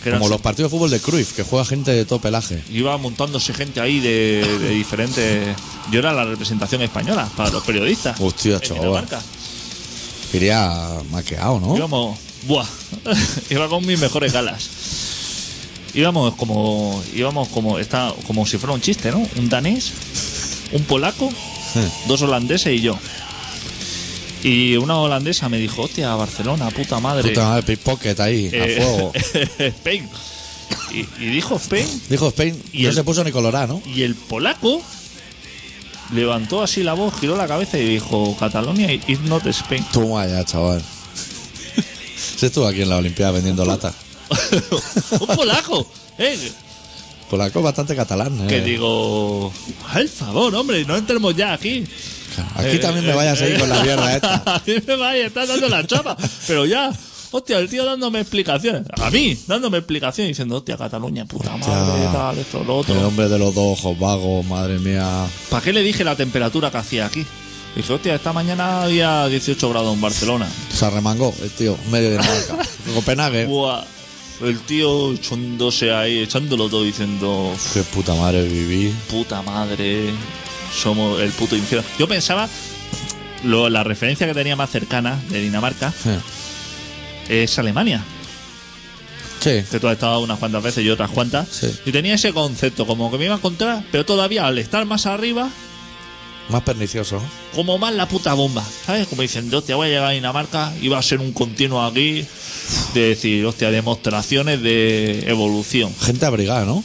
[SPEAKER 3] Que eran
[SPEAKER 1] Como los partidos de fútbol de Cruyff, que juega gente de todo pelaje.
[SPEAKER 3] Iba montándose gente ahí de, de diferentes. Yo era la representación española para los periodistas.
[SPEAKER 1] Hostia,
[SPEAKER 3] en
[SPEAKER 1] chaval.
[SPEAKER 3] Dinamarca.
[SPEAKER 1] Iría maqueado, ¿no?
[SPEAKER 3] Íbamos. Buah. Iba con mis mejores galas. Íbamos como. Íbamos como. Está, como si fuera un chiste, ¿no? Un danés, un polaco, dos holandeses y yo. Y una holandesa me dijo, hostia, Barcelona, puta madre.
[SPEAKER 1] Puta madre, pickpocket ahí,
[SPEAKER 3] Eh,
[SPEAKER 1] a fuego.
[SPEAKER 3] Spain. Y, y dijo Spain
[SPEAKER 1] Dijo Spain,
[SPEAKER 3] Y
[SPEAKER 1] y no
[SPEAKER 3] el-
[SPEAKER 1] se puso ni colorado, ¿no?
[SPEAKER 3] Y el polaco levantó así la voz, giró la cabeza y dijo, Catalonia is not Spain.
[SPEAKER 1] Toma ya, chaval. Se estuvo aquí en la Olimpiada vendiendo lata.
[SPEAKER 3] Un polaco, ¿eh?
[SPEAKER 1] Polaco bastante catalán, ¿eh?
[SPEAKER 3] Que digo, al favor, hombre, no entremos ya aquí.
[SPEAKER 1] Aquí
[SPEAKER 3] Eh,
[SPEAKER 1] también me vayas a ir
[SPEAKER 3] eh,
[SPEAKER 1] con la mierda esta.
[SPEAKER 3] a mí me vaya, estás dando la chapa. Pero ya, hostia, el tío dándome explicaciones. A mí, dándome explicaciones, diciendo, hostia, Cataluña, puta madre,
[SPEAKER 1] Hostia.
[SPEAKER 3] tal, esto, lo
[SPEAKER 1] El
[SPEAKER 3] otro.
[SPEAKER 1] hombre de los dos ojos vagos, madre mía.
[SPEAKER 3] ¿Para qué le dije la temperatura que hacía aquí? Dije, hostia, esta mañana había 18 grados en Barcelona.
[SPEAKER 1] Se arremangó el tío, medio de marca. Copenhague.
[SPEAKER 3] Buah, el tío echándose ahí, echándolo todo diciendo, "Uf,
[SPEAKER 1] Qué puta madre viví.
[SPEAKER 3] puta madre, somos el puto infierno. Yo pensaba, lo- la referencia que tenía más cercana de Dinamarca
[SPEAKER 1] Sí.
[SPEAKER 3] es Alemania,
[SPEAKER 1] Sí.
[SPEAKER 3] que tú has estado unas cuantas veces y otras cuantas,
[SPEAKER 1] Sí.
[SPEAKER 3] y tenía ese concepto, como que me iba a encontrar, pero todavía al estar más arriba,
[SPEAKER 1] Más pernicioso, ¿no?
[SPEAKER 3] como más la puta bomba, ¿sabes? Como diciendo, hostia, voy a llegar a Dinamarca y va a ser un continuo aquí de decir, hostia, demostraciones de evolución.
[SPEAKER 1] Gente abrigada, ¿no?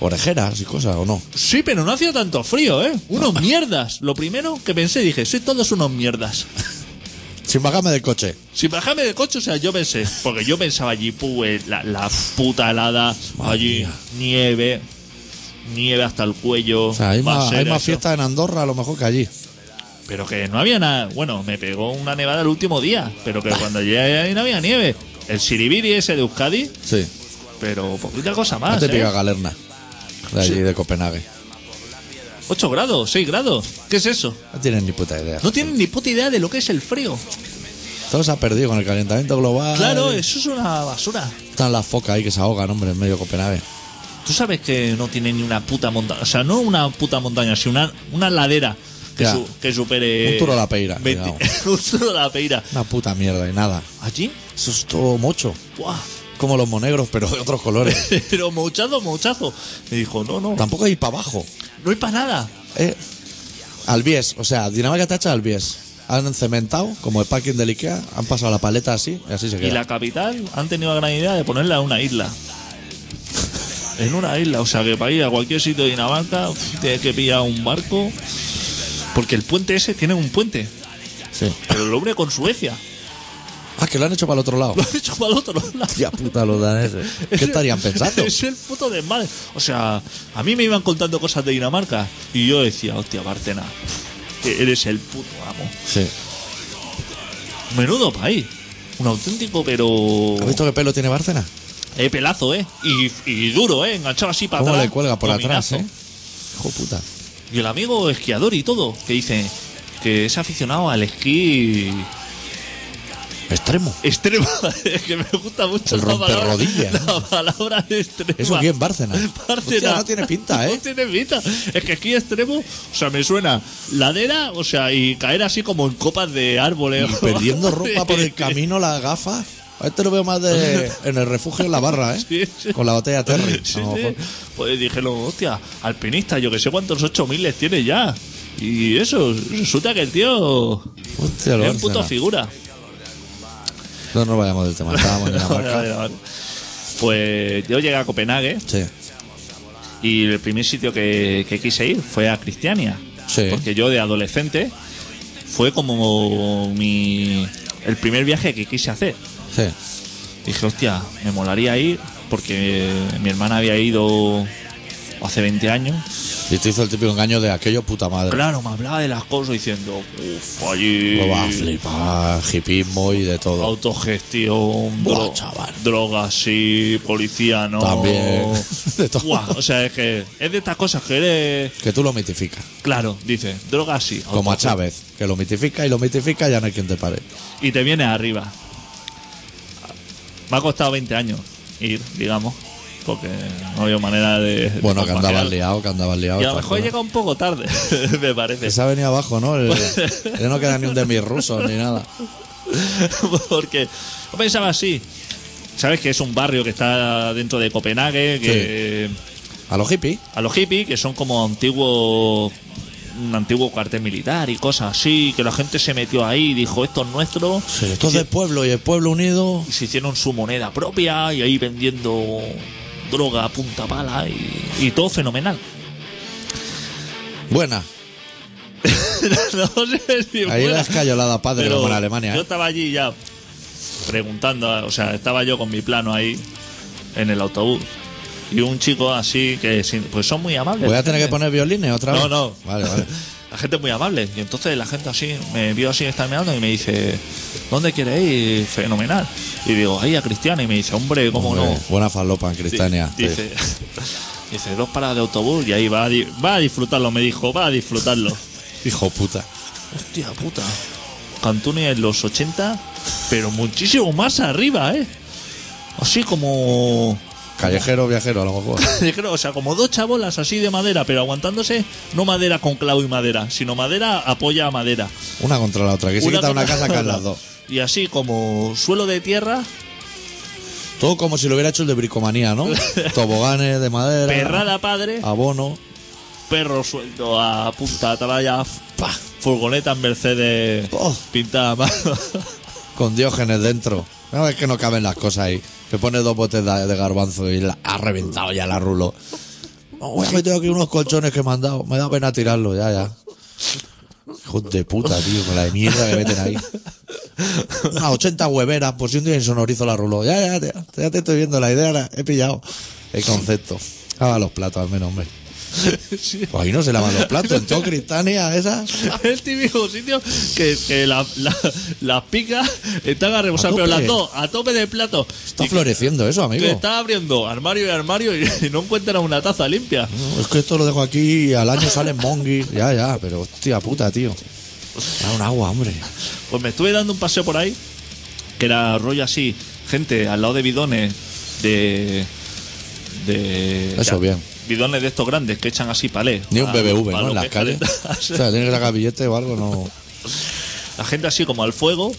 [SPEAKER 1] orejeras y cosas, ¿o no?
[SPEAKER 3] Sí, pero no hacía tanto frío, ¿eh? Unos mierdas. Lo primero que pensé, dije, sois todos unos mierdas.
[SPEAKER 1] Sin bajarme del coche.
[SPEAKER 3] Sin bajarme de coche, o sea, yo pensé, porque yo pensaba allí, pues, la, la puta helada,
[SPEAKER 1] Madre
[SPEAKER 3] allí,
[SPEAKER 1] mía.
[SPEAKER 3] nieve, nieve hasta el cuello.
[SPEAKER 1] O sea, hay
[SPEAKER 3] va a
[SPEAKER 1] más,
[SPEAKER 3] ser
[SPEAKER 1] hay más
[SPEAKER 3] eso.
[SPEAKER 1] fiestas en Andorra a lo mejor que allí.
[SPEAKER 3] Pero que no había nada. Bueno, me pegó una nevada el último día, pero que cuando llegué ahí no había nieve. El siribiri ese de Euskadi,
[SPEAKER 1] Sí.
[SPEAKER 3] pero poquita cosa
[SPEAKER 1] La
[SPEAKER 3] más. ¿eh?
[SPEAKER 1] típica galerna. De allí, de Copenhague.
[SPEAKER 3] 8 grados, 6 grados. ¿Qué es eso?
[SPEAKER 1] No tienen ni puta idea.
[SPEAKER 3] No tienen ni puta idea de lo que es el frío.
[SPEAKER 1] Todo se ha perdido con el calentamiento global.
[SPEAKER 3] Claro, eso es una basura.
[SPEAKER 1] Están las focas ahí que se ahogan, hombre, en medio de Copenhague.
[SPEAKER 3] Tú sabes que no tiene ni una puta montaña, o sea, no una puta montaña, sino una, una ladera que,
[SPEAKER 1] Ya.
[SPEAKER 3] su- que supere.
[SPEAKER 1] Un turo a la peira,
[SPEAKER 3] 20 un turo a la peira.
[SPEAKER 1] Una puta mierda y nada.
[SPEAKER 3] Allí,
[SPEAKER 1] Eso es todo mocho.
[SPEAKER 3] ¡buah!
[SPEAKER 1] Como los monegros, pero de otros colores.
[SPEAKER 3] Pero mochazo, mochazo. Me dijo, no, no,
[SPEAKER 1] Tampoco hay para abajo.
[SPEAKER 3] no hay para nada.
[SPEAKER 1] Eh, Albies, o sea, Dinamarca tacha Albies. Han cementado, como el packing del Ikea, han pasado la paleta así y así se
[SPEAKER 3] Y
[SPEAKER 1] queda.
[SPEAKER 3] la capital han tenido la gran idea de ponerla en una isla. En una isla, o sea que para ir a cualquier sitio de Dinamarca tienes que pillar un barco. Porque el puente ese tiene un puente,
[SPEAKER 1] Sí.
[SPEAKER 3] pero lo une con Suecia.
[SPEAKER 1] Ah, que lo han hecho para el otro lado.
[SPEAKER 3] Lo han hecho para el otro lado.
[SPEAKER 1] Hostia puta, los daneses.
[SPEAKER 3] Es
[SPEAKER 1] ¿Qué
[SPEAKER 3] el-
[SPEAKER 1] estarían pensando?
[SPEAKER 3] Es el puto desmadre. O sea, a mí me iban contando cosas de Dinamarca y yo decía, hostia, Bartena, eres el puto amo.
[SPEAKER 1] Sí.
[SPEAKER 3] Menudo país. Un auténtico, pero.
[SPEAKER 1] ¿Has visto qué pelo tiene Bárcena?
[SPEAKER 3] Eh, pelazo, ¿eh? Y, y duro, ¿eh? Enganchado así para
[SPEAKER 1] ¿Cómo
[SPEAKER 3] atrás.
[SPEAKER 1] le cuelga por atrás,
[SPEAKER 3] dominazo.
[SPEAKER 1] eh? Hijo puta.
[SPEAKER 3] Y el amigo esquiador y todo, que dice que es aficionado al esquí
[SPEAKER 1] Extremo.
[SPEAKER 3] extremo. es que me gusta mucho
[SPEAKER 1] El
[SPEAKER 3] la palabra.
[SPEAKER 1] romperrodillas,
[SPEAKER 3] La palabra extrema.
[SPEAKER 1] ¿Eso quién? Bárcena.
[SPEAKER 3] Bárcena.
[SPEAKER 1] Hostia, no tiene pinta,
[SPEAKER 3] No
[SPEAKER 1] ¿eh?
[SPEAKER 3] tiene pinta. Es que aquí extremo, o sea, me suena ladera, o sea, y caer así como en copas de árboles.
[SPEAKER 1] Y perdiendo ropa por el camino, las gafas. A este lo veo más de, en el refugio en la barra, ¿eh?
[SPEAKER 3] Sí, sí.
[SPEAKER 1] Con la botella Terry.
[SPEAKER 3] Sí,
[SPEAKER 1] a lo
[SPEAKER 3] sí.
[SPEAKER 1] mejor.
[SPEAKER 3] Pues dije, no, hostia, alpinista, yo que sé cuántos 8000 les tiene ya. Y eso, resulta que el tío
[SPEAKER 1] Hostia, lo
[SPEAKER 3] es un puto
[SPEAKER 1] Bárcena.
[SPEAKER 3] figura.
[SPEAKER 1] No nos vayamos del tema. Estábamos en
[SPEAKER 3] Vale,
[SPEAKER 1] Dinamarca.
[SPEAKER 3] vale, vale. Pues yo llegué a Copenhague
[SPEAKER 1] Sí.
[SPEAKER 3] y el primer sitio que, que quise ir fue a Cristiania.
[SPEAKER 1] Sí.
[SPEAKER 3] Porque yo de adolescente fue como mi el primer viaje que quise hacer.
[SPEAKER 1] Sí.
[SPEAKER 3] Dije, hostia, me molaría ir porque mi hermana había ido hace 20 años.
[SPEAKER 1] Y te hizo el típico engaño de aquello puta madre.
[SPEAKER 3] Claro, me hablaba de las cosas diciendo, uff, allí.
[SPEAKER 1] Lo va a flipar, hipismo y de todo.
[SPEAKER 3] Autogestión,
[SPEAKER 1] Buah,
[SPEAKER 3] dro-
[SPEAKER 1] chaval.
[SPEAKER 3] drogas sí, policía no.
[SPEAKER 1] También. De todo.
[SPEAKER 3] Buah, o sea, es que es de estas cosas que eres.
[SPEAKER 1] Que tú lo mitificas.
[SPEAKER 3] Claro, dice, drogas sí.
[SPEAKER 1] Como a
[SPEAKER 3] autogestión.
[SPEAKER 1] Chávez, que lo mitifica y lo mitifica ya no hay quien te pare.
[SPEAKER 3] Y te vienes arriba. Me ha costado 20 años ir, digamos, porque no había manera de. de
[SPEAKER 1] Bueno, que andabas
[SPEAKER 3] compaginar.
[SPEAKER 1] liado, que andabas liado.
[SPEAKER 3] Y a lo
[SPEAKER 1] tal
[SPEAKER 3] mejor he
[SPEAKER 1] cosa.
[SPEAKER 3] llegado un poco tarde, me parece.
[SPEAKER 1] Que se ha venido abajo, ¿no? El-
[SPEAKER 3] Pues-
[SPEAKER 1] ya no queda ni un de mis rusos ni nada.
[SPEAKER 3] Porque yo pensaba así. Sabes que es un barrio que está dentro de Copenhague, que
[SPEAKER 1] A los hippies.
[SPEAKER 3] a los hippies, que son como antiguos un antiguo cuartel militar y cosas así, que la gente se metió ahí y dijo, esto es nuestro.
[SPEAKER 1] Esto es del pueblo y el pueblo unido.
[SPEAKER 3] Y se hicieron su moneda propia y ahí vendiendo droga a punta pala y, y todo fenomenal.
[SPEAKER 1] Buena.
[SPEAKER 3] no sé si
[SPEAKER 1] Ahí
[SPEAKER 3] fuera.
[SPEAKER 1] la escayolada padre
[SPEAKER 3] Pero
[SPEAKER 1] como en Alemania.
[SPEAKER 3] Yo
[SPEAKER 1] ¿eh?
[SPEAKER 3] estaba allí ya preguntando, o sea, estaba yo con mi plano ahí en el autobús. Y un chico así que sin- pues son muy amables.
[SPEAKER 1] Voy a tener que poner violines otra vez.
[SPEAKER 3] No, no.
[SPEAKER 1] Vale, vale.
[SPEAKER 3] La gente es muy amable. Y entonces la gente así me vio así estar mirando y me dice, ¿dónde quieres ir? Fenomenal. Y digo, ahí a Cristiana. Y me dice, hombre, ¿cómo
[SPEAKER 1] Hombre,
[SPEAKER 3] no?
[SPEAKER 1] Buena falopa en Cristania. Sí.
[SPEAKER 3] Di- Dice, dice, dos paradas de autobús y ahí va a, di- va a disfrutarlo, me dijo, va a disfrutarlo.
[SPEAKER 1] Hijo puta.
[SPEAKER 3] Hostia puta. Cantunes en los 80, pero muchísimo más arriba, ¿eh? Así como.
[SPEAKER 1] Callejero, viajero, a lo mejor.
[SPEAKER 3] yo creo, o sea, como dos chabolas así de madera, pero aguantándose, no madera con clavo y madera, sino madera apoya a madera.
[SPEAKER 1] Una contra la otra. Que si quita una
[SPEAKER 3] contra
[SPEAKER 1] casa, caen
[SPEAKER 3] la
[SPEAKER 1] las dos.
[SPEAKER 3] otra. Y así como suelo de tierra,
[SPEAKER 1] Todo como si lo hubiera hecho el de bricomanía, ¿no? Toboganes de madera.
[SPEAKER 3] perrada padre,
[SPEAKER 1] Ah. Abono.
[SPEAKER 3] perro suelto a punta atalaya, pa, furgonetas Mercedes
[SPEAKER 1] Oh.
[SPEAKER 3] pintada a mano.
[SPEAKER 1] Con diógenes dentro. No, es que no caben las cosas ahí. Que pone dos botes de, de garbanzo y la- ha reventado ya la rulo. Voy a meter aquí unos colchones que me han dado. Me da pena tirarlo, ya, ya. Hijos de puta, tío, con la de mierda que meten ahí. Unas 80 hueveras, por si un día insonorizo la ruló. Ya, ya, ya, ya te estoy viendo la idea, la he pillado el concepto. Lava los platos, al menos, hombre. Pues ahí no se lavan los platos, en todo Cristania, esas.
[SPEAKER 3] El típico sitio que, que la- la- las picas están a rebosar,
[SPEAKER 1] A
[SPEAKER 3] pero
[SPEAKER 1] tope.
[SPEAKER 3] las dos, a tope de plato.
[SPEAKER 1] Está
[SPEAKER 3] Y
[SPEAKER 1] floreciendo eso,
[SPEAKER 3] que
[SPEAKER 1] amigo.
[SPEAKER 3] está abriendo armario y armario y, y no encuentran una taza limpia.
[SPEAKER 1] Es que esto lo dejo aquí y al año salen monguis. Ya, ya, pero hostia puta, tío. Da un agua, hombre.
[SPEAKER 3] Pues me estuve dando un paseo por ahí, que era rollo así, gente al lado de bidones de. de
[SPEAKER 1] Eso bien.
[SPEAKER 3] Bidones de estos grandes que echan así palé.
[SPEAKER 1] Ni un
[SPEAKER 3] Para-
[SPEAKER 1] BBV,
[SPEAKER 3] para
[SPEAKER 1] ¿no?
[SPEAKER 3] lo
[SPEAKER 1] En las
[SPEAKER 3] que
[SPEAKER 1] calles. O
[SPEAKER 3] calentas.
[SPEAKER 1] sea, tiene que sacar billete o algo, no.
[SPEAKER 3] La gente así como al fuego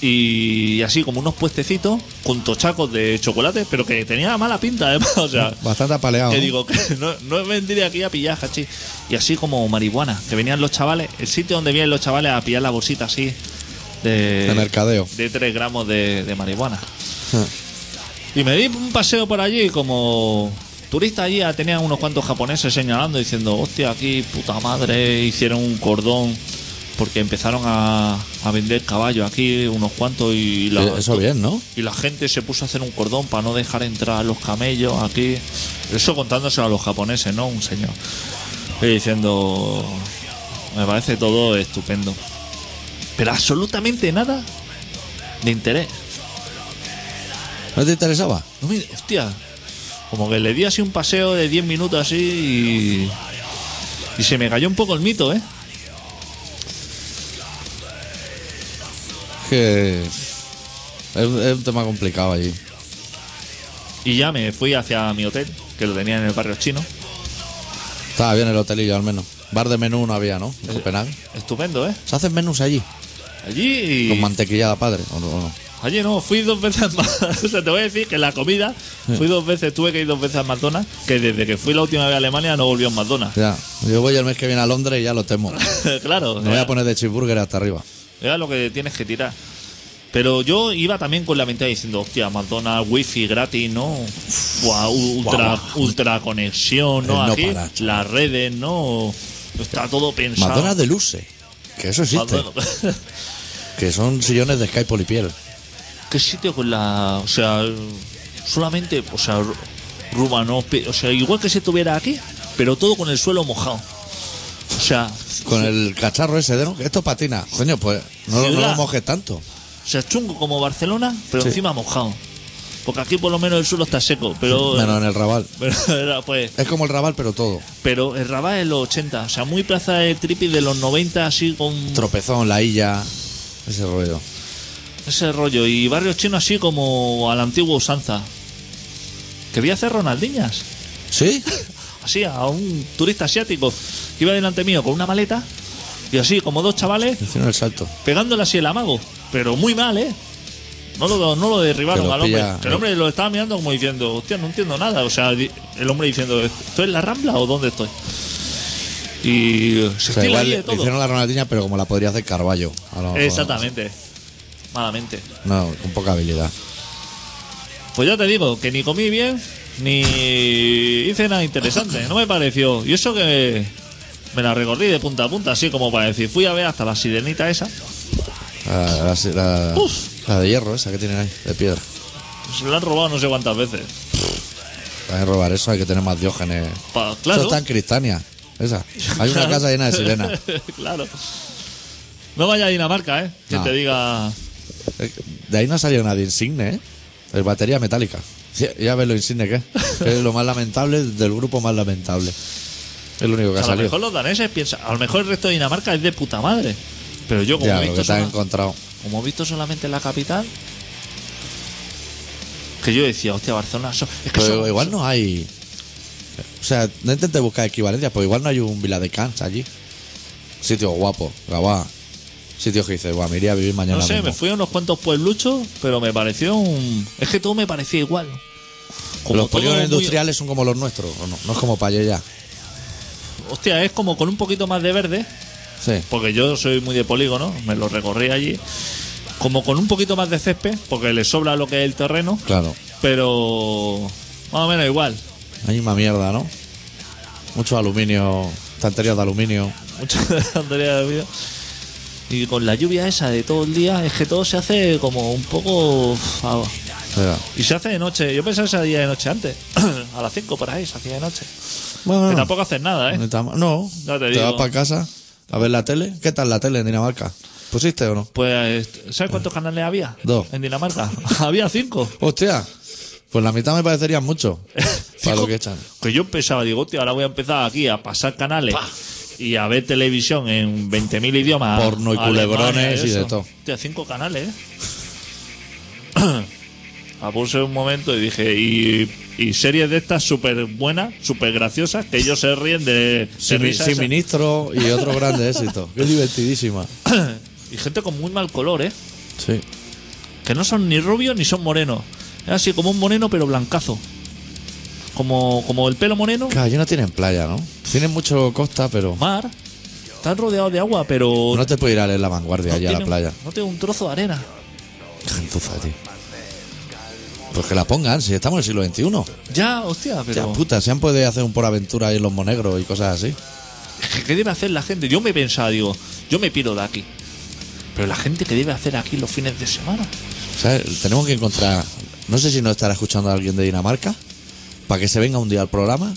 [SPEAKER 3] y así como unos puestecitos con tochacos de chocolate, pero que tenía mala pinta, además. O sea,
[SPEAKER 1] Bastante apaleado.
[SPEAKER 3] que
[SPEAKER 1] Ah, ¿no?
[SPEAKER 3] digo que no, no vendría aquí a pillar, hachi. Y así como marihuana, que venían los chavales, el sitio donde vienen los chavales a pillar la bolsita así de,
[SPEAKER 1] De mercadeo.
[SPEAKER 3] de 3 gramos de, de marihuana. Y me di un paseo por allí como turista allí, ah, tenían unos cuantos japoneses señalando, diciendo, hostia, aquí puta madre, hicieron un cordón. Porque empezaron a, a vender caballos aquí, unos cuantos, y la,
[SPEAKER 1] Eh, Eso bien, ¿no?
[SPEAKER 3] y la gente se puso a hacer un cordón para no dejar entrar a los camellos aquí. Eso contándoselo a los japoneses, ¿no? Un señor. Y diciendo, me parece todo estupendo. Pero absolutamente nada de interés.
[SPEAKER 1] ¿No te interesaba?
[SPEAKER 3] No me, hostia, como que le di así un paseo de 10 minutos así y, y se me cayó un poco el mito, ¿eh?
[SPEAKER 1] Que. Es, es un tema complicado allí.
[SPEAKER 3] Y ya me fui hacia mi hotel, que lo tenía en el barrio chino.
[SPEAKER 1] Estaba bien el hotelillo, al menos. Bar de menú no había, ¿no? En
[SPEAKER 3] Eh.
[SPEAKER 1] Copenhague.
[SPEAKER 3] Estupendo, ¿eh?
[SPEAKER 1] ¿Se hacen menús allí?
[SPEAKER 3] Allí...
[SPEAKER 1] Con mantequillada padre, ¿o no? o no?
[SPEAKER 3] Oye, no, fui dos veces más. O sea, te voy a decir que la comida, fui dos veces, tuve que ir dos veces a McDonald's, que desde que fui la última vez a Alemania no volvió a un McDonald's.
[SPEAKER 1] Ya. Yo voy el mes que viene a Londres y ya lo temo.
[SPEAKER 3] claro,
[SPEAKER 1] Me voy a
[SPEAKER 3] era,
[SPEAKER 1] poner de cheeseburger hasta arriba.
[SPEAKER 3] era lo que tienes que tirar. Pero yo iba también con la mentalidad diciendo, hostia, McDonald's, wifi gratis, ¿no? Buah, u- ultra, ultra conexión, ¿no?
[SPEAKER 1] Eh, no
[SPEAKER 3] Aquí,
[SPEAKER 1] parar, chaval.
[SPEAKER 3] las redes, ¿no? Está todo pensado.
[SPEAKER 1] Madonna de Luce. Que eso existe.
[SPEAKER 3] McDonald's.
[SPEAKER 1] Que son sillones de Sky Polipiel.
[SPEAKER 3] ¿Qué sitio con la.? O sea, solamente. O sea, Ru- Rumanov. pe- O sea, igual que si estuviera aquí, pero todo con el suelo mojado. O sea,
[SPEAKER 1] Con el cacharro ese de no, que esto patina. Coño, pues no, lo- no
[SPEAKER 3] Ciudad.
[SPEAKER 1] lo mojes tanto.
[SPEAKER 3] o sea chungo como Barcelona, pero
[SPEAKER 1] Sí.
[SPEAKER 3] encima mojado. Porque aquí por lo menos el suelo está seco, pero.
[SPEAKER 1] Menos en el rabal.
[SPEAKER 3] pero era, pues,
[SPEAKER 1] Es como el rabal, pero todo.
[SPEAKER 3] pero el Rabat es los 80, o sea, muy plaza de tripi de los 90, así con
[SPEAKER 1] Tropezón, la illa. Ese rollo.
[SPEAKER 3] ese rollo. Y barrios chinos así como a la antigua usanza. Que voy a hacer Ronaldiñas.
[SPEAKER 1] ¿Sí?
[SPEAKER 3] así a un turista asiático que iba delante mío con una maleta y así como dos chavales
[SPEAKER 1] Hicieron el salto.
[SPEAKER 3] pegándole así el amago, pero muy mal, ¿eh? No lo, no lo derribaron
[SPEAKER 1] Que lo
[SPEAKER 3] al hombre.
[SPEAKER 1] pilla- eh.
[SPEAKER 3] Que el hombre lo estaba mirando como diciendo, hostia, no entiendo nada. O sea, di- el hombre diciendo, ¿esto es la rambla o dónde estoy? Y eh, se
[SPEAKER 1] O sea,
[SPEAKER 3] estila
[SPEAKER 1] igual
[SPEAKER 3] ahí
[SPEAKER 1] le
[SPEAKER 3] de
[SPEAKER 1] le
[SPEAKER 3] todo.
[SPEAKER 1] hicieron la Ronaldinha, pero como la podría hacer Carballo. a lo mejor.
[SPEAKER 3] Exactamente. Malamente.
[SPEAKER 1] No, con poca habilidad.
[SPEAKER 3] Pues ya te digo, que ni comí bien, ni hice nada interesante, no me pareció. Y eso que me la recorrí de punta a punta, así como para decir, fui a ver hasta la sirenita esa,
[SPEAKER 1] La, la- la-
[SPEAKER 3] Uf.
[SPEAKER 1] la de hierro esa que tienen ahí, de piedra.
[SPEAKER 3] se la han robado no sé cuántas veces.
[SPEAKER 1] Hay que robar eso, hay que tener más diógenes.
[SPEAKER 3] Pa- claro,
[SPEAKER 1] Eso está en Cristania. Esa. Hay una casa llena de sirenas.
[SPEAKER 3] claro. No vaya a Dinamarca, ¿eh? Que
[SPEAKER 1] No.
[SPEAKER 3] te diga...
[SPEAKER 1] Eh, De ahí no ha salido nadie insigne, ¿eh? Es batería metálica. Sí, ya ves lo insigne que es. Es lo más lamentable del grupo más lamentable. Es lo único que ha
[SPEAKER 3] A lo
[SPEAKER 1] salido.
[SPEAKER 3] mejor los daneses piensan, a lo mejor el resto de Dinamarca es de puta madre. Pero yo, como,
[SPEAKER 1] Ya,
[SPEAKER 3] he,
[SPEAKER 1] lo que
[SPEAKER 3] visto
[SPEAKER 1] te has
[SPEAKER 3] sola-
[SPEAKER 1] encontrado.
[SPEAKER 3] como he visto solamente la capital, que yo decía, hostia, Barcelona... so- es que
[SPEAKER 1] Pero
[SPEAKER 3] son-
[SPEAKER 1] igual no hay. O sea, no intenté buscar equivalencias, porque igual no hay un Vila de Cans allí. Sitio guapo, Gabá. Sitio que dices, guau, me iría a vivir mañana.
[SPEAKER 3] No sé,
[SPEAKER 1] mismo".
[SPEAKER 3] me fui a unos cuantos puebluchos, pero me pareció un. Es que todo me parecía igual. Como
[SPEAKER 1] Los
[SPEAKER 3] todo
[SPEAKER 1] polígonos
[SPEAKER 3] muy-
[SPEAKER 1] industriales son como los nuestros, ¿o no? No es como para allá.
[SPEAKER 3] Hostia, es como con un poquito más de verde,
[SPEAKER 1] Sí.
[SPEAKER 3] porque yo soy muy de polígono, me lo recorrí allí. Como con un poquito más de césped, porque le sobra lo que es el terreno,
[SPEAKER 1] Claro.
[SPEAKER 3] pero. Más o menos igual.
[SPEAKER 1] La misma mierda, ¿no? Mucho aluminio, estanterías de aluminio.
[SPEAKER 3] Mucho de la tontería de vida. Y con la lluvia esa de todo el día, es que todo se hace como un poco. uf, ah,
[SPEAKER 1] Era-
[SPEAKER 3] Y se hace de noche. Yo pensaba que se hacía de noche antes. a las 5 por ahí se hacía de noche.
[SPEAKER 1] Bueno,
[SPEAKER 3] Que tampoco haces nada,
[SPEAKER 1] no
[SPEAKER 3] ¿eh?
[SPEAKER 1] está mal. No,
[SPEAKER 3] Ya te
[SPEAKER 1] te,
[SPEAKER 3] digo.
[SPEAKER 1] vas para casa a ver la tele. ¿Qué tal la tele en Dinamarca? ¿Pusiste o no?
[SPEAKER 3] Pues, ¿sabes cuántos canales había?
[SPEAKER 1] Dos.
[SPEAKER 3] En Dinamarca. había cinco.
[SPEAKER 1] Hostia, pues la mitad me parecería mucho para lo
[SPEAKER 3] Cinco.
[SPEAKER 1] que echan.
[SPEAKER 3] Que yo pensaba, digo, tío, ahora voy a empezar aquí a pasar canales y a ver televisión en 20.000 idiomas.
[SPEAKER 1] Porno y
[SPEAKER 3] Alemania
[SPEAKER 1] culebrones y
[SPEAKER 3] eso.
[SPEAKER 1] de todo.
[SPEAKER 3] Hostia, cinco canales, ¿eh? Puse un momento y dije, y, y series de estas súper buenas, súper graciosas, que ellos se ríen de.
[SPEAKER 1] Sin,
[SPEAKER 3] de risas.
[SPEAKER 1] sin ministro y otro grande éxito. Qué divertidísima.
[SPEAKER 3] y gente con muy mal color, ¿eh?
[SPEAKER 1] Sí.
[SPEAKER 3] Que no son ni rubios ni son morenos. Es así como un moreno, pero blancazo. Como, como el pelo moreno.
[SPEAKER 1] Claro, allí no tienen playa, ¿no? Tienen mucho costa, pero
[SPEAKER 3] mar. Están rodeados de agua, pero.
[SPEAKER 1] no te puede ir a leer la vanguardia allí a la
[SPEAKER 3] tiene-
[SPEAKER 1] playa.
[SPEAKER 3] No tengo un trozo de arena.
[SPEAKER 1] Gentuza, tío. Pues que la pongan, si estamos en el siglo XXI.
[SPEAKER 3] Ya, hostia, pero.
[SPEAKER 1] Ya, puta, se han podido hacer un por aventura ahí en los monegros y cosas así.
[SPEAKER 3] ¿Qué debe hacer la gente? Yo me pensaba, digo, yo me piro de aquí. Pero la gente que debe hacer aquí los fines de semana.
[SPEAKER 1] ¿Sabes? Tenemos que encontrar. No sé si nos estará escuchando alguien de Dinamarca. Para que se venga un día al programa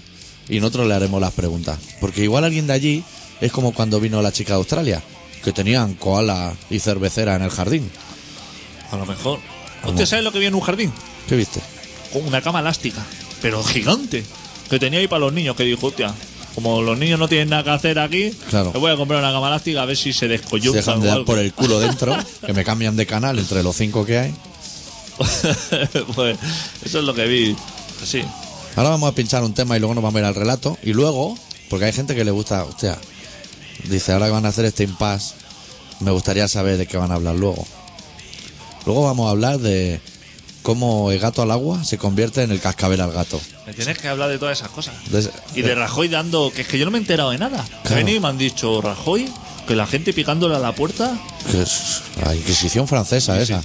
[SPEAKER 1] y nosotros le haremos las preguntas. Porque igual alguien de allí es como cuando vino la chica de Australia. Que tenían koala y cervecera en el jardín.
[SPEAKER 3] A lo mejor. ¿Usted
[SPEAKER 1] Vamos.
[SPEAKER 3] sabe lo que viene en un jardín?
[SPEAKER 1] ¿Qué viste?
[SPEAKER 3] Con una cama elástica, pero gigante. Que tenía ahí para los niños, que dijo, hostia. Como los niños no tienen nada que hacer aquí,
[SPEAKER 1] Claro.
[SPEAKER 3] me voy a comprar una cama elástica a ver si se
[SPEAKER 1] Se
[SPEAKER 3] descoyunta.
[SPEAKER 1] dejan de dar por el culo dentro. Que me cambian de canal entre los cinco que hay.
[SPEAKER 3] pues eso es lo que vi. Sí.
[SPEAKER 1] Ahora vamos a pinchar un tema y luego nos vamos a ir al relato. Y luego, porque hay gente que le gusta, hostia, dice, ahora que van a hacer este impasse, me gustaría saber de qué van a hablar luego. Luego vamos a hablar de cómo el gato al agua se convierte en el cascabel al gato. Eh,
[SPEAKER 3] Me tienes que hablar de todas esas cosas.
[SPEAKER 1] De ese-
[SPEAKER 3] Y de Rajoy dando, que es que yo no me he enterado de nada. Que
[SPEAKER 1] Claro.
[SPEAKER 3] han venido y me han dicho, Rajoy, que la gente picándole a la puerta,
[SPEAKER 1] que es la Inquisición francesa esa.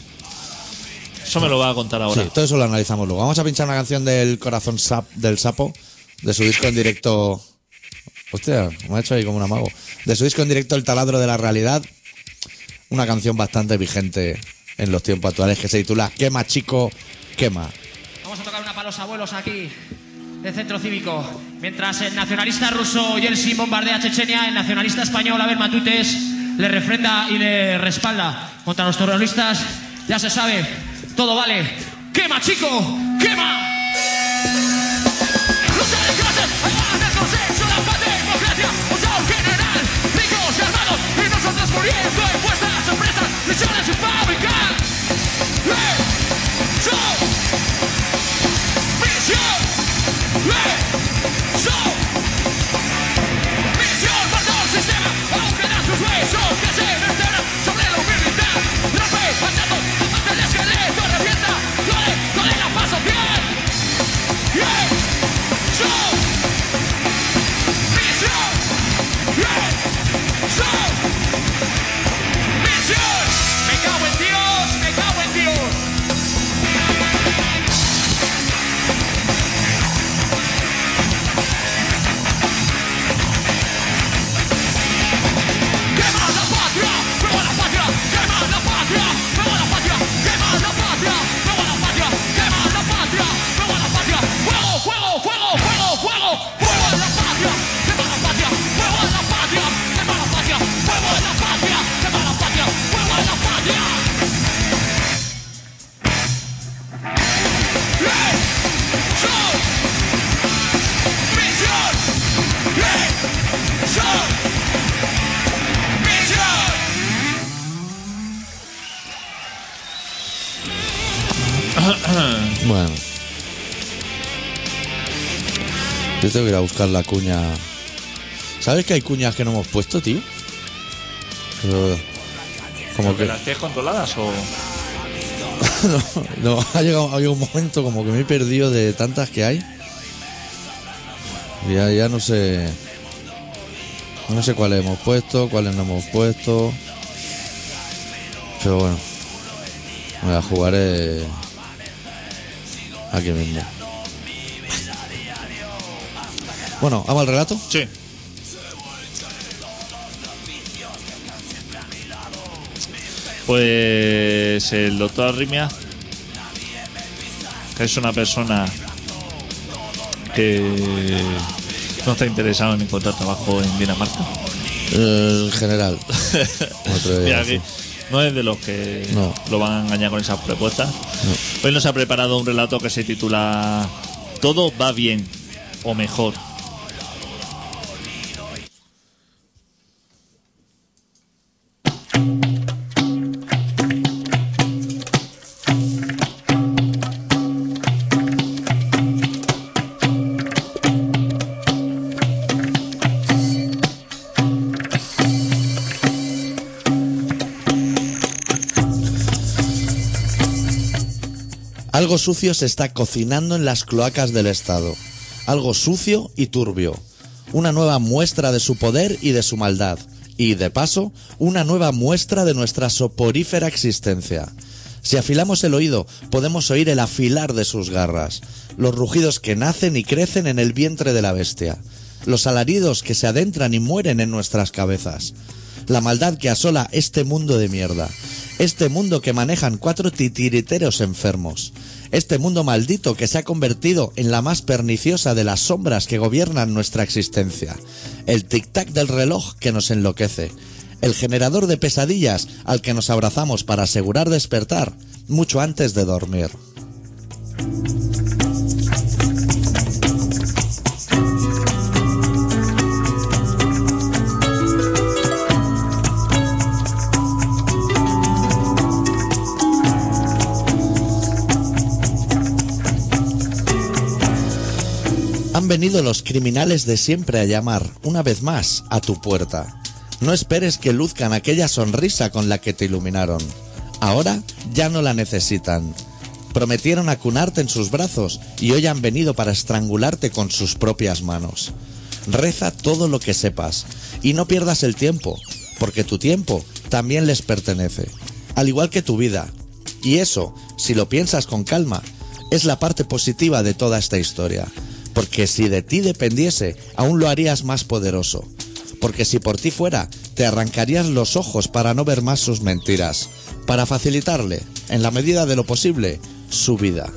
[SPEAKER 3] eso me lo va a contar ahora.
[SPEAKER 1] Sí, todo eso lo analizamos luego. Vamos a pinchar una canción del corazón sap, del sapo, de su disco en directo. Hostia, me ha hecho ahí como un amago. De su disco en directo El taladro de la realidad. Una canción bastante vigente en los tiempos actuales que se titula Quema chico, quema.
[SPEAKER 4] Vamos a tocar una para los abuelos aquí, del centro cívico. Mientras el nacionalista ruso Yeltsin bombardea Chechenia, el nacionalista español Abel Matutes le refrenda y le respalda. Contra los terroristas, ya se sabe, todo vale. ¡Quema, chico! ¡Quema!
[SPEAKER 5] Lucha de clases, el paz del consenso, la paz de democracia, un show general, ricos y armados, y nosotros muriendo en vuestras sorpresas, lesiones sin fabricar. ¡Eh! ¡Show! ¡Misión! ¡Eh! ¡Show! Misión contra el sistema, aún quedan sus huesos que se vertebran sobre lo militar. Rompe, machado, combate el esqueleto, revienta, duele, duele la paz social. ¡Eh! Show! Misión! ¡Eh! Show! Misión! Me cago en Dios, me cago en Dios. Quema la patria, quema la patria, quema la patria, quema la patria, quema la patria, quema la patria, quema la patria, quema la patria, fuego, fuego, fuego, fuego, fuego, fuego en la patria, quema la patria, fuego en la patria, quema la patria, fuego en la patria, quema la patria, fuego en la patria. ¡Eh! ¡Sol! ¡Misión! ¡Eh! ¡Sol! ¡Misión!
[SPEAKER 1] Bueno. Yo tengo que ir a buscar la cuña. ¿Sabes que hay cuñas que no hemos puesto, tío? Pero- Como
[SPEAKER 3] ¿Que
[SPEAKER 1] que.
[SPEAKER 3] las tienes controladas o.?
[SPEAKER 1] No, no, ha llegado, ha llegado un momento como que me he perdido de tantas que hay. Ya, ya no sé. No sé cuáles hemos puesto, cuáles no hemos puesto. Pero bueno. Me la jugaré. Aquí mismo. Bueno, ¿hago el relato?
[SPEAKER 3] Sí. Pues el doctor Arrimia, que es una persona que no está interesado en encontrar trabajo en Dinamarca.
[SPEAKER 1] En general. Me atrevería
[SPEAKER 3] Mira
[SPEAKER 1] a decir.
[SPEAKER 3] que no es de los que
[SPEAKER 1] No.
[SPEAKER 3] lo van a engañar con esas propuestas. Hoy nos ha preparado un relato que se titula Todo va bien o mejor.
[SPEAKER 1] Algo sucio se está cocinando en las cloacas del Estado. Algo sucio y turbio. Una nueva muestra de su poder y de su maldad. Y, de paso, una nueva muestra de nuestra soporífera existencia. Si afilamos el oído, podemos oír el afilar de sus garras, los rugidos que nacen y crecen en el vientre de la bestia, los alaridos que se adentran y mueren en nuestras cabezas la maldad que asola este mundo de mierda, este mundo que manejan cuatro titiriteros enfermos, este mundo maldito que se ha convertido en la más perniciosa de las sombras que gobiernan nuestra existencia, el tic-tac del reloj que nos enloquece, el generador de pesadillas al que nos abrazamos para asegurar despertar mucho antes de dormir. Han venido los criminales de siempre a llamar, una vez más, a tu puerta. No esperes que luzcan aquella sonrisa con la que te iluminaron. Ahora ya no la necesitan. Prometieron acunarte en sus brazos y hoy han venido para estrangularte con sus propias manos. Reza todo lo que sepas y no pierdas el tiempo, porque tu tiempo también les pertenece, al igual que tu vida. Y eso, si lo piensas con calma, es la parte positiva de toda esta historia, porque si de ti dependiese, aún lo harías más poderoso, porque si por ti fuera, te arrancarías los ojos para no ver más sus mentiras, para facilitarle, en la medida de lo posible, su vida.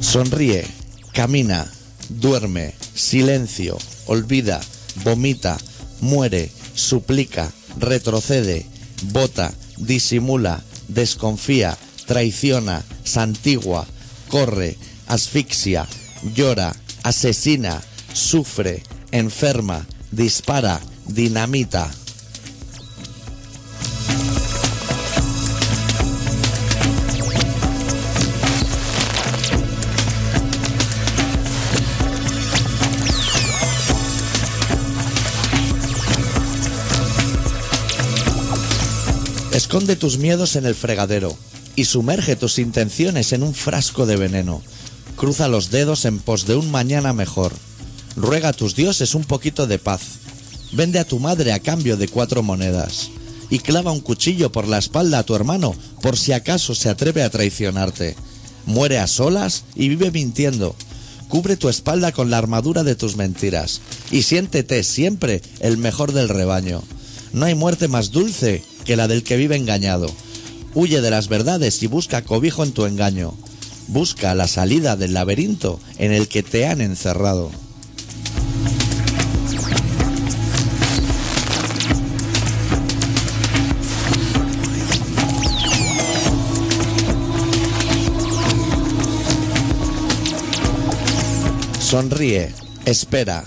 [SPEAKER 1] Sonríe, camina, duerme, silencio, olvida, vomita, muere, suplica, retrocede, vota, disimula, desconfía, traiciona, santigua, corre, asfixia, llora, asesina, sufre, enferma, dispara, dinamita. Esconde tus miedos en el fregadero y sumerge tus intenciones en un frasco de veneno. Cruza los dedos en pos de un mañana mejor. Ruega a tus dioses un poquito de paz. Vende a tu madre a cambio de cuatro monedas. Y clava un cuchillo por la espalda a tu hermano por si acaso se atreve a traicionarte. Muere a solas y vive mintiendo. Cubre tu espalda con la armadura de tus mentiras y siéntete siempre el mejor del rebaño. No hay muerte más dulce que la del que vive engañado. Huye de las verdades y busca cobijo en tu engaño. Busca la salida del laberinto en el que te han encerrado. Sonríe, espera,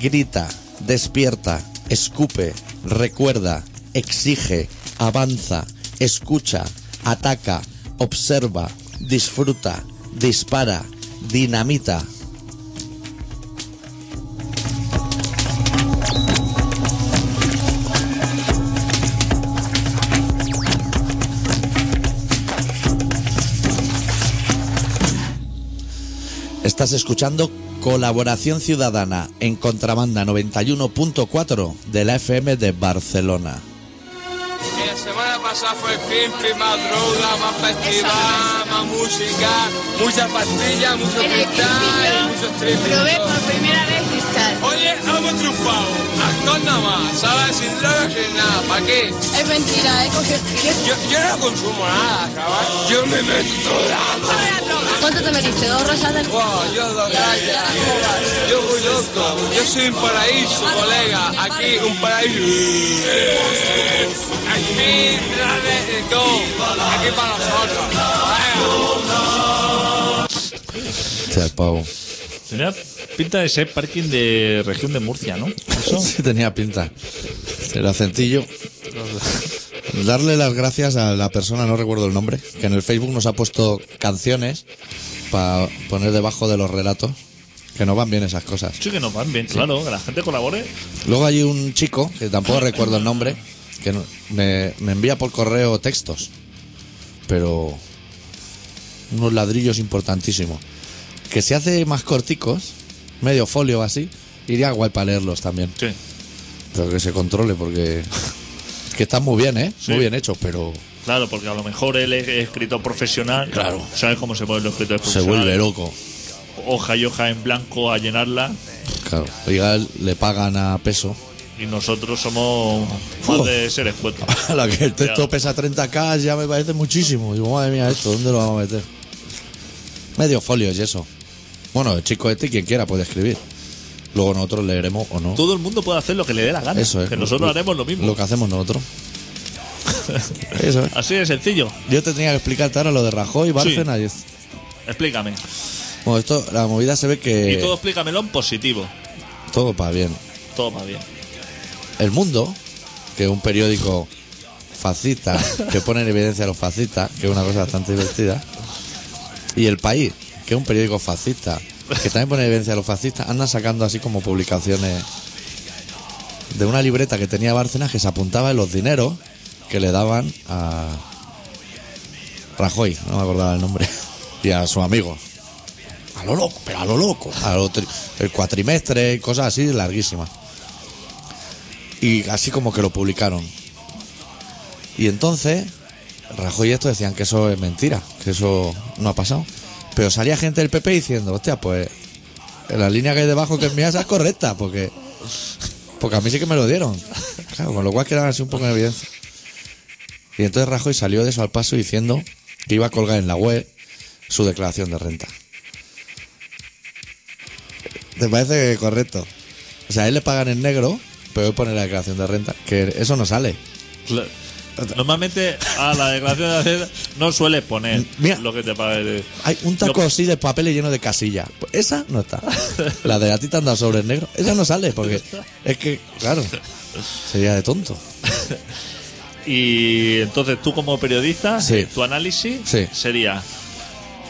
[SPEAKER 1] grita, despierta, escupe, recuerda, exige, avanza, escucha, ataca, observa, disfruta, dispara, dinamita. Estás escuchando Colaboración Ciudadana en Contrabanda 91.4 de la FM de Barcelona.
[SPEAKER 6] Y la semana pasada fue crimpy, más droga, más festival, más música, muchas pastillas, mucho
[SPEAKER 7] En el
[SPEAKER 6] cristal y muchos
[SPEAKER 7] principio probé
[SPEAKER 6] triples.
[SPEAKER 7] por primera vez cristal.
[SPEAKER 6] Oye, hemos triunfado. Actor nada más, ¿sabes? Sin drogas, sin nada. ¿Para qué?
[SPEAKER 7] Es mentira, ¿eh? he cogido.
[SPEAKER 6] Yo, yo no consumo nada, chaval. Yo me meto toda.
[SPEAKER 7] ¿Cuánto te metiste? ¿Dos rosadas?
[SPEAKER 6] Wow, yo dos gallas. Yo voy loco. Yo soy un paraíso, colega. Aquí un paraíso. Aquí, dale, eh, go. Aquí para nosotros. Venga.
[SPEAKER 1] Hostia, el pavo.
[SPEAKER 3] Tenía pinta de ser parking de región de Murcia, ¿no? Eso.
[SPEAKER 1] Sí tenía pinta. El acentillo. Darle las gracias a la persona, no recuerdo el nombre, que en el Facebook nos ha puesto canciones para poner debajo de los relatos. Que no van bien esas cosas.
[SPEAKER 3] Sí, que nos van bien, claro, que la gente colabore.
[SPEAKER 1] Luego hay un chico, que tampoco recuerdo el nombre, que no- me, me envía por correo textos, pero unos ladrillos importantísimos. Que se hace más corticos, medio folio así, iría guay para leerlos también.
[SPEAKER 3] Sí.
[SPEAKER 1] Pero que se controle porque... Que están muy bien, ¿eh?
[SPEAKER 3] Sí.
[SPEAKER 1] Muy bien hechos, pero
[SPEAKER 3] Claro, porque a lo mejor él es escritor profesional.
[SPEAKER 1] Claro.
[SPEAKER 3] ¿Sabes cómo se ponen los escritores
[SPEAKER 1] se
[SPEAKER 3] profesionales?
[SPEAKER 1] vuelve loco.
[SPEAKER 3] Hoja y hoja en blanco a llenarla.
[SPEAKER 1] Claro. Igual le pagan a peso.
[SPEAKER 3] Y nosotros somos más de ser escuetos.
[SPEAKER 1] A la que el texto
[SPEAKER 3] Ya.
[SPEAKER 1] pesa 30k ya me parece muchísimo. Digo, madre mía, esto, ¿dónde lo vamos a meter? Medio folio y eso. Bueno, el chico este, quien quiera puede escribir. Luego nosotros leeremos o no.
[SPEAKER 3] Todo el mundo puede hacer lo que le dé la gana.
[SPEAKER 1] Eso es.
[SPEAKER 3] Que nosotros haremos lo mismo.
[SPEAKER 1] Lo que hacemos nosotros. eso es.
[SPEAKER 3] Así de sencillo.
[SPEAKER 1] Yo te tenía que explicarte ahora lo de Rajoy, Bárcenas. y es-
[SPEAKER 3] Explícame.
[SPEAKER 1] Bueno, esto, la movida se ve que.
[SPEAKER 3] Y todo explícamelo en positivo.
[SPEAKER 1] todo para bien.
[SPEAKER 3] Todo va bien.
[SPEAKER 1] El Mundo, que es un periódico fascista, que pone en evidencia a los fascistas, que es una cosa bastante divertida. Y El País, que es un periódico fascista, que también pone en evidencia a los fascistas, andan sacando así como publicaciones de una libreta que tenía Bárcenas que se apuntaba en los dineros que le daban a Rajoy, no me acordaba el nombre, y a su amigo. A lo loco, pero a lo loco. A lo tri- el cuatrimestre, cosas así larguísimas y así como que lo publicaron. Y entonces, Rajoy y esto decían que eso es mentira, que eso no ha pasado. Pero salía gente del PP diciendo, hostia, pues la línea que hay debajo que es mía esa es correcta, porque, porque a mí sí que me lo dieron. Claro, con lo cual quedaban así un poco en evidencia. Y entonces Rajoy salió de eso al paso diciendo que iba a colgar en la web su declaración de renta. ¿Te parece correcto? O sea, a él le pagan en negro, pero él pone la declaración de renta, que eso no sale.
[SPEAKER 3] La- Normalmente a la declaración de hacer no sueles poner
[SPEAKER 1] Mira.
[SPEAKER 3] lo que te pague.
[SPEAKER 1] Hay un taco
[SPEAKER 3] Lo-
[SPEAKER 1] así de papeles lleno de casillas. Pues esa no está. La de la tita anda sobre el negro. Esa no sale, porque es que, claro, sería de tonto.
[SPEAKER 3] Y entonces tú como periodista,
[SPEAKER 1] Sí.
[SPEAKER 3] tu análisis
[SPEAKER 1] Sí.
[SPEAKER 3] sería,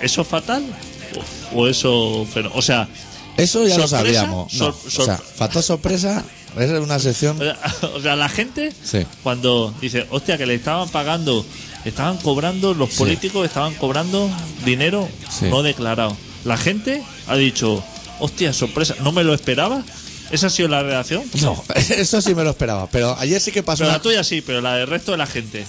[SPEAKER 3] ¿eso es fatal? O, o eso... feno- O sea,
[SPEAKER 1] Eso ya lo
[SPEAKER 3] Sorpresa,
[SPEAKER 1] sabíamos. No,
[SPEAKER 3] sor- sor-
[SPEAKER 1] o sea, factor sorpresa es una
[SPEAKER 3] o
[SPEAKER 1] sección.
[SPEAKER 3] sea, o sea, la gente
[SPEAKER 1] Sí.
[SPEAKER 3] cuando dice, hostia, que le estaban pagando, estaban cobrando, los políticos estaban cobrando dinero
[SPEAKER 1] Sí.
[SPEAKER 3] no declarado. La gente ha dicho, hostia, sorpresa, no me lo esperaba. ¿Esa ha sido la redacción?
[SPEAKER 1] No, eso sí me lo esperaba. Pero ayer sí que pasó
[SPEAKER 3] Pero la
[SPEAKER 1] una
[SPEAKER 3] tuya sí, pero la del resto de la gente.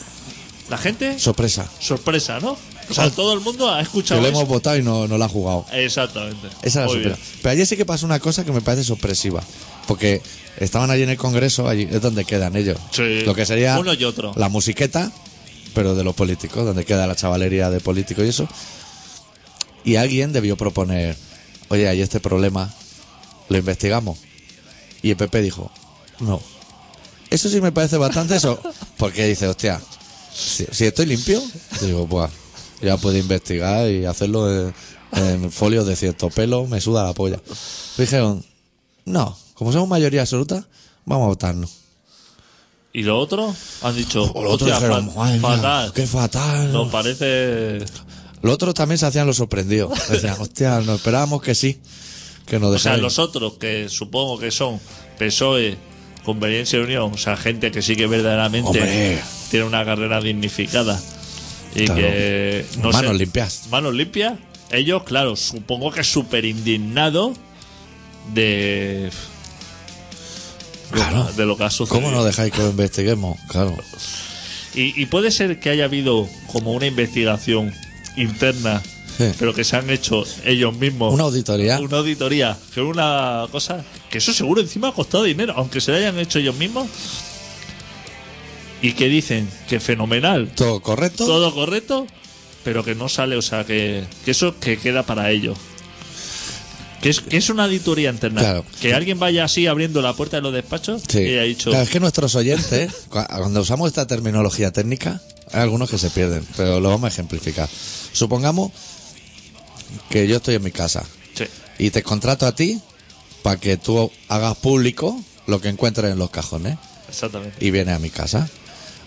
[SPEAKER 3] La gente,
[SPEAKER 1] sorpresa.
[SPEAKER 3] sorpresa, ¿no? O sea, todo el mundo ha
[SPEAKER 1] Que
[SPEAKER 3] escuchado
[SPEAKER 1] lo
[SPEAKER 3] eso.
[SPEAKER 1] hemos votado y no, no la ha jugado.
[SPEAKER 3] Exactamente.
[SPEAKER 1] Esa es la
[SPEAKER 3] Muy
[SPEAKER 1] sorpresa.
[SPEAKER 3] bien.
[SPEAKER 1] Pero ayer sí que pasó una cosa que me parece sorpresiva. Porque estaban allí en el Congreso, allí es donde quedan ellos.
[SPEAKER 3] Sí.
[SPEAKER 1] Lo que sería
[SPEAKER 3] Uno y otro.
[SPEAKER 1] la musiqueta, pero de los políticos, donde queda la chavalería de políticos y eso. Y alguien debió proponer, oye, hay este problema, lo investigamos. Y el PP dijo, no. Eso sí me parece bastante eso. Porque dice, hostia, si, si estoy limpio, digo, pues ya puedo investigar y hacerlo en, en folios de cierto pelo, me suda la polla. Dijeron, no, como somos mayoría absoluta, vamos a votarnos.
[SPEAKER 3] ¿Y lo otro? Han dicho.
[SPEAKER 1] O lo otro
[SPEAKER 3] "Hostia,
[SPEAKER 1] dijeron,
[SPEAKER 3] fa-
[SPEAKER 1] madre mía,
[SPEAKER 3] fatal.
[SPEAKER 1] qué fatal.
[SPEAKER 3] Nos parece.
[SPEAKER 1] Lo otro también se hacían los sorprendidos. Decían, hostia, nos esperábamos que sí, que nos
[SPEAKER 3] O sea,
[SPEAKER 1] dejaran.
[SPEAKER 3] los otros, que supongo que son PSOE, Conveniencia E, y Unión, o sea, gente que sí que verdaderamente
[SPEAKER 1] Hombre.
[SPEAKER 3] tiene una carrera dignificada. Y
[SPEAKER 1] Claro.
[SPEAKER 3] que. No sé,
[SPEAKER 1] Manos limpias.
[SPEAKER 3] Manos limpias. Ellos, claro, supongo que súper indignados de.
[SPEAKER 1] Claro.
[SPEAKER 3] De lo que ha sucedido.
[SPEAKER 1] ¿Cómo no dejáis que lo investiguemos? Claro.
[SPEAKER 3] Y, y puede ser que haya habido como una investigación interna,
[SPEAKER 1] Sí.
[SPEAKER 3] pero que se han hecho ellos mismos.
[SPEAKER 1] Una auditoría.
[SPEAKER 3] Una auditoría, que una cosa. Que eso seguro encima ha costado dinero, aunque se lo hayan hecho ellos mismos. Y que dicen que fenomenal,
[SPEAKER 1] ¿Todo correcto?
[SPEAKER 3] todo correcto, pero que no sale, o sea, que, que eso que queda para ellos. Que es, que es una auditoría interna.
[SPEAKER 1] Claro.
[SPEAKER 3] Que alguien vaya así abriendo la puerta de los despachos
[SPEAKER 1] Sí.
[SPEAKER 3] y haya dicho.
[SPEAKER 1] Claro, es que nuestros oyentes, cua- cuando usamos esta terminología técnica, hay algunos que se pierden, pero lo vamos a ejemplificar. Supongamos que yo estoy en mi casa
[SPEAKER 3] "Sí,
[SPEAKER 1] y te contrato a ti para que tú hagas público lo que encuentres en los cajones
[SPEAKER 3] exactamente.
[SPEAKER 1] y vienes a mi casa.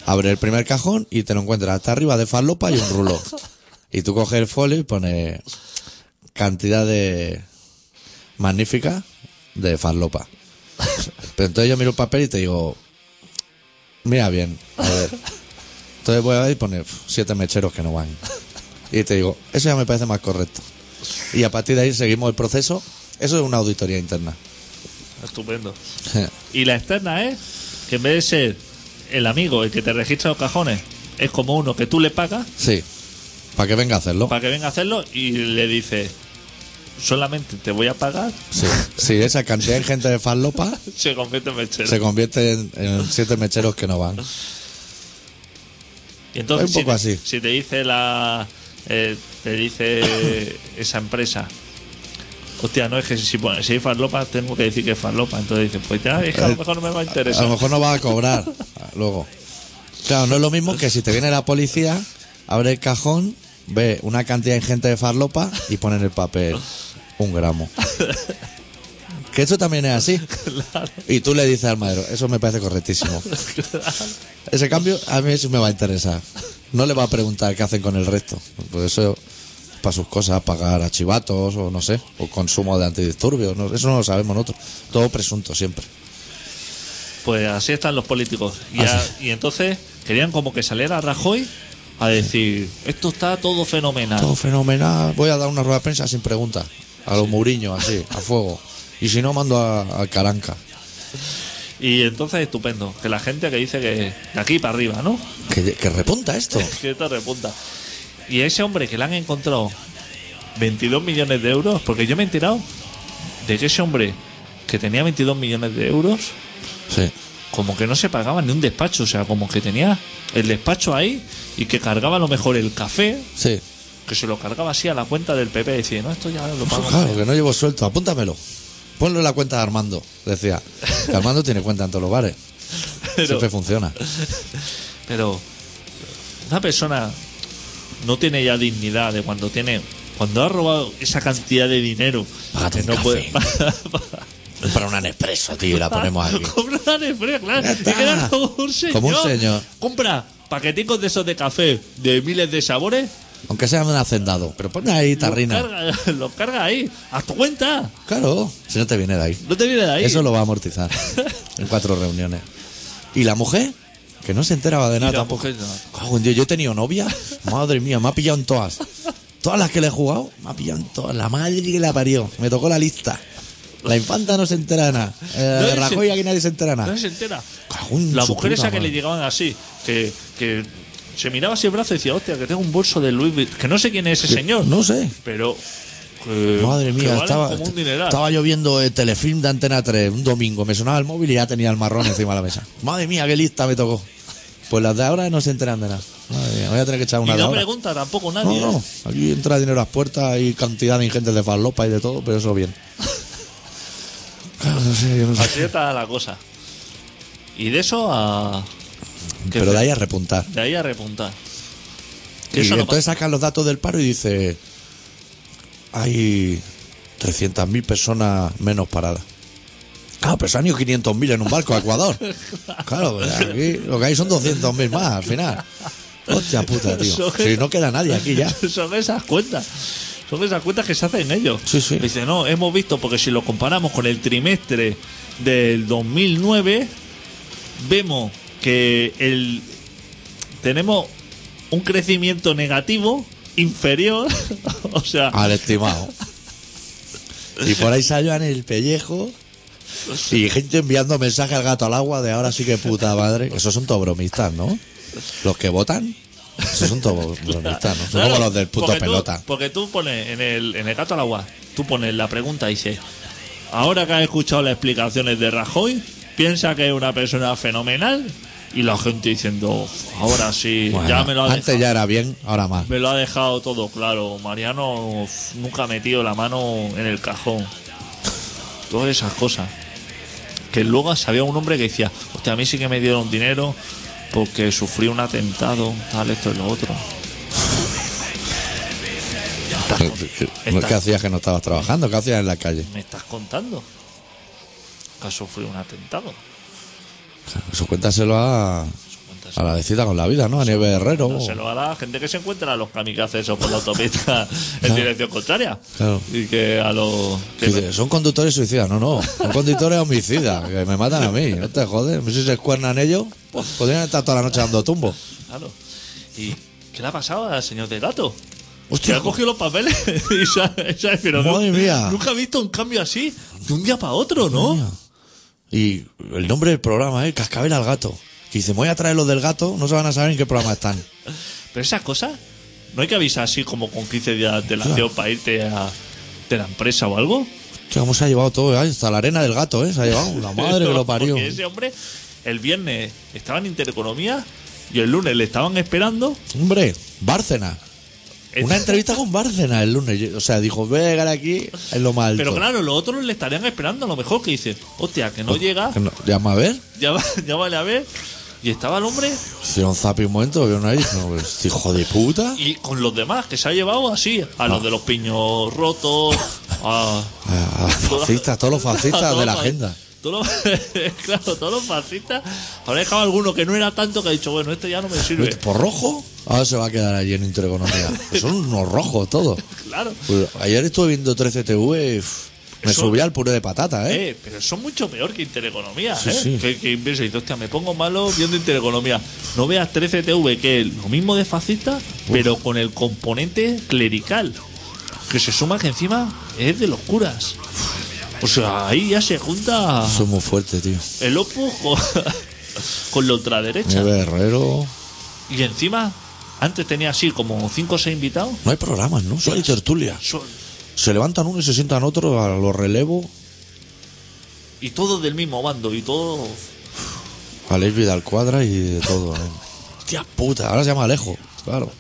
[SPEAKER 1] Abre el primer cajón y te lo encuentras hasta arriba de farlopa y un rulo. Y tú coges el folio y pones cantidad de magnífica de farlopa. Pero entonces yo miro el papel y te digo, mira bien, a ver. Entonces voy a ver y pone "Uf, siete mecheros que no van. Y te digo, eso ya me parece más correcto. Y a partir de ahí seguimos el proceso. Eso es una auditoría interna.
[SPEAKER 3] Estupendo. Y la externa es que en vez de ser el amigo, el que te registra los cajones, es como uno que tú le pagas
[SPEAKER 1] Sí, para que venga a hacerlo.
[SPEAKER 3] para que venga a hacerlo y le dices, solamente te voy a pagar
[SPEAKER 1] Sí, sí, esa cantidad de gente de farlopa
[SPEAKER 3] se convierte en mechero.
[SPEAKER 1] se convierte en, en siete mecheros que no van.
[SPEAKER 3] Y entonces,
[SPEAKER 1] Es un poco
[SPEAKER 3] si, te-
[SPEAKER 1] así.
[SPEAKER 3] si te dice la. eh, te dice esa empresa. Hostia, no es que si, si, pone- si hay farlopa, tengo que decir que es farlopa. Entonces dices, pues ya, es que a lo mejor no me va
[SPEAKER 1] Eh,
[SPEAKER 3] a
[SPEAKER 1] A lo
[SPEAKER 3] interesar.
[SPEAKER 1] mejor no vas a cobrar luego. Claro, no es lo mismo que si te viene la policía, abre el cajón, ve una cantidad ingente de farlopa y pone en el papel un gramo. Que eso también es así. Y tú le dices al madero, eso me parece correctísimo. Ese cambio a mí sí me va a interesar. No le va a preguntar qué hacen con el resto. Pues eso para sus cosas, pagar a chivatos o no sé, o consumo de antidisturbios. no- eso no lo sabemos nosotros. Todo presunto siempre.
[SPEAKER 3] Pues así están los políticos. Y, a- y entonces querían como que saliera Rajoy a decir, esto está todo fenomenal.
[SPEAKER 1] Todo fenomenal. Voy a dar una rueda de prensa sin preguntas. A los Muriños, así, a fuego. Y si no, mando a, a Caranca.
[SPEAKER 3] Y entonces estupendo, que la gente que dice que de aquí para arriba, ¿no?
[SPEAKER 1] Que, que repunta esto.
[SPEAKER 3] Que esto repunta. Y ese hombre que le han encontrado 22 millones de euros, porque yo me he enterado de que ese hombre que tenía 22 millones de euros,
[SPEAKER 1] Sí.
[SPEAKER 3] como que no se pagaba ni un despacho, o sea, como que tenía el despacho ahí y que cargaba a lo mejor el café,
[SPEAKER 1] Sí.
[SPEAKER 3] que se lo cargaba así a la cuenta del PP, decía, no, esto ya lo pago.
[SPEAKER 1] Claro, que no llevo suelto. Apúntamelo. Ponlo en la cuenta de Armando, decía. Que Armando tiene cuenta en todos los bares.
[SPEAKER 3] Pero-
[SPEAKER 1] Siempre funciona.
[SPEAKER 3] Pero una persona no tiene ya dignidad de cuando tiene cuando ha robado esa cantidad de dinero
[SPEAKER 1] Págate
[SPEAKER 3] que
[SPEAKER 1] un
[SPEAKER 3] no
[SPEAKER 1] café. Para una Nespresso, tío, y la ponemos aquí.
[SPEAKER 3] comprar frío, claro.
[SPEAKER 1] Ya
[SPEAKER 3] Y
[SPEAKER 1] está.
[SPEAKER 3] queda como un señor.
[SPEAKER 1] Como un señor.
[SPEAKER 3] Compra paqueticos de esos de café de miles de sabores.
[SPEAKER 1] Aunque sea un hacendado. Pero ponle ahí
[SPEAKER 3] Los
[SPEAKER 1] tarrina.
[SPEAKER 3] carga, los carga ahí. Haz tu cuenta.
[SPEAKER 1] Claro, si no te viene de ahí.
[SPEAKER 3] No te viene de ahí.
[SPEAKER 1] Eso lo va a amortizar en cuatro reuniones. ¿Y la mujer? Que no se enteraba de nada
[SPEAKER 3] la
[SPEAKER 1] tampoco.
[SPEAKER 3] mujer no.
[SPEAKER 1] Cago en Dios, yo he tenido novia. Madre mía, me ha pillado en todas. Todas las que le he jugado, me ha pillado en todas. La madre que la parió. Me tocó la lista. La infanta no se entera de nada. Eh,
[SPEAKER 3] No, y se-
[SPEAKER 1] Rajoy aquí nadie se entera de
[SPEAKER 3] No
[SPEAKER 1] nada.
[SPEAKER 3] se entera.
[SPEAKER 1] Cago en
[SPEAKER 3] La
[SPEAKER 1] su
[SPEAKER 3] mujer
[SPEAKER 1] puta
[SPEAKER 3] esa que
[SPEAKER 1] madre.
[SPEAKER 3] le llegaban así, que, que se miraba así el brazo y decía, hostia, que tengo un bolso de Louis Vuitton. Que no sé quién es ese señor.
[SPEAKER 1] No sé.
[SPEAKER 3] Pero. que-
[SPEAKER 1] Madre
[SPEAKER 3] que
[SPEAKER 1] mía,
[SPEAKER 3] valen
[SPEAKER 1] estaba,
[SPEAKER 3] Como un dineral.
[SPEAKER 1] estaba yo viendo el telefilm de Antena 3 un domingo. Me sonaba el móvil y ya tenía el marrón encima de la mesa. Madre mía, qué lista me tocó. Pues las de ahora no se enteran de nada. Madre mía, voy a tener que echar
[SPEAKER 3] y
[SPEAKER 1] una de
[SPEAKER 3] no
[SPEAKER 1] ahora.
[SPEAKER 3] pregunta tampoco
[SPEAKER 1] No,
[SPEAKER 3] nadie. ¿eh?
[SPEAKER 1] no, aquí entra dinero a las puertas y cantidad de ingentes de farlopa y de todo, pero eso bien. Claro, no sé, yo no sé.
[SPEAKER 3] Así está la cosa. Y de eso a. que
[SPEAKER 1] Pero de ahí a repuntar.
[SPEAKER 3] de ahí a repuntar. Que
[SPEAKER 1] Y
[SPEAKER 3] eso no
[SPEAKER 1] entonces sacan los datos del paro y dice, hay 300.000 personas menos paradas. Claro, pero se han ido 500.000 en un barco a Ecuador. Claro, pues aquí lo que hay son 200.000 más al final. Hostia puta, tío. Si no queda nadie aquí ya.
[SPEAKER 3] Son esas cuentas. Son esas cuentas que se hacen ellos.
[SPEAKER 1] Sí, sí.
[SPEAKER 3] Dice, no, hemos visto, porque si lo comparamos con el trimestre del 2009, vemos que el tenemos un crecimiento negativo inferior, o sea,
[SPEAKER 1] Al estimado. Y por ahí salían el pellejo. Y gente enviando mensaje al gato al agua de ahora sí que puta madre. Esos son todos bromistas, ¿no? Los que votan, esos son todos bromistas, ¿no? Son
[SPEAKER 3] Claro,
[SPEAKER 1] como los del puto
[SPEAKER 3] porque tú-
[SPEAKER 1] pelota.
[SPEAKER 3] porque tú pones en el, en el gato al agua, tú pones la pregunta y dices, ahora que has escuchado las explicaciones de Rajoy, piensa que es una persona fenomenal y la gente diciendo, ahora sí,
[SPEAKER 1] Bueno,
[SPEAKER 3] ya me lo ha
[SPEAKER 1] antes
[SPEAKER 3] dejado.
[SPEAKER 1] ya era bien, ahora más.
[SPEAKER 3] Me lo ha dejado todo claro. Mariano uf, nunca ha metido la mano en el cajón. Todas esas cosas. Que luego sabía un hombre que decía, hostia, a mí sí que me dieron dinero porque sufrí un atentado, tal, esto y lo otro. pues,
[SPEAKER 1] ¿Qué hacías que no estabas trabajando? ¿Qué hacías en la calle?
[SPEAKER 3] ¿Me estás contando? Que has sufrido un atentado.
[SPEAKER 1] Eso cuéntaselo a,
[SPEAKER 3] Cuéntaselo.
[SPEAKER 1] a la decida con la vida, ¿no? A Nieve Herrero.
[SPEAKER 3] Se lo a la gente que se encuentra a los kamikazes esos por la autopista en
[SPEAKER 1] Claro.
[SPEAKER 3] dirección contraria.
[SPEAKER 1] Claro.
[SPEAKER 3] Y que a los... que
[SPEAKER 1] Sí, que son conductores suicidas, no, no. Son conductores homicidas, que me matan a mí. No te jodes. Si se escuernan ellos, pues, podrían estar toda la noche dando tumbo.
[SPEAKER 3] Claro. ¿Y qué le ha pasado al señor del gato?
[SPEAKER 1] Hostia.
[SPEAKER 3] Que ha cogido los papeles y se ha, y se ha desfilado.
[SPEAKER 1] Madre
[SPEAKER 3] Nu-
[SPEAKER 1] mía.
[SPEAKER 3] Nunca he visto un cambio así de un día para otro, ¿no?
[SPEAKER 1] Y el nombre del programa es Cascabel al gato. Que dice, me voy a traer los del gato, no se van a saber en qué programa están.
[SPEAKER 3] Pero esas cosas no hay que avisar así como con 15 días de antelación para irte a, de la empresa o algo.
[SPEAKER 1] Hostia, cómo se ha llevado todo, ay, hasta la arena del gato, ¿eh? Se ha llevado la madre que lo parió.
[SPEAKER 3] Porque ese hombre el viernes estaba en Intereconomía y el lunes le estaban esperando. Este,
[SPEAKER 1] Hombre, Bárcena. Una entrevista con Bárcena el lunes. O sea, dijo, voy a llegar aquí en lo más alto.
[SPEAKER 3] Pero claro, los otros le estarían esperando a lo mejor que dice, hostia, que no llega,
[SPEAKER 1] Que no- Llama a ver.
[SPEAKER 3] ya, va- ya vale a ver. Y estaba el hombre
[SPEAKER 1] Hicieron zapi un momento, vieron ahí. dijeron, "Este hijo de puta.
[SPEAKER 3] Y con los demás, que se ha llevado así, a los de los piños rotos, a...
[SPEAKER 1] Ah, fascistas, todos los
[SPEAKER 3] a
[SPEAKER 1] fascistas
[SPEAKER 3] todos
[SPEAKER 1] de la
[SPEAKER 3] los-
[SPEAKER 1] agenda.
[SPEAKER 3] todos los- claro, todos los fascistas. Habrá dejado alguno que no era tanto que ha dicho, bueno, este ya no me sirve.
[SPEAKER 1] ¿Por rojo? Ahora se va a quedar allí en Intereconomía. Pues Son unos rojos todos.
[SPEAKER 3] Claro.
[SPEAKER 1] Pues ayer estuve viendo 13TV. uf, Me
[SPEAKER 3] Eso-
[SPEAKER 1] subí al puré de patata, ¿eh?
[SPEAKER 3] Eh, pero son mucho peor que Intereconomía,
[SPEAKER 1] Sí,
[SPEAKER 3] ¿eh?
[SPEAKER 1] sí.
[SPEAKER 3] Que, que piensa, dice, hostia, me pongo malo viendo Intereconomía. No veas 13TV, que es lo mismo de fascista, pero con el componente clerical. Que se suma que encima es de los curas. O sea, ahí ya se junta...
[SPEAKER 1] Son muy fuertes, tío.
[SPEAKER 3] El Opus con, con la ultraderecha.
[SPEAKER 1] Nieve Herrero.
[SPEAKER 3] Y encima, antes tenía así como 5 o 6 invitados.
[SPEAKER 1] No hay programas, ¿no? Solo hay tertulias.
[SPEAKER 3] Son-
[SPEAKER 1] Se levantan uno y se sientan otro a los relevos.
[SPEAKER 3] Y todos del mismo bando. Y todos.
[SPEAKER 1] Alex Vidal Cuadra y de todo, ¿eh? Hostia puta, ahora se llama Alejo. Claro.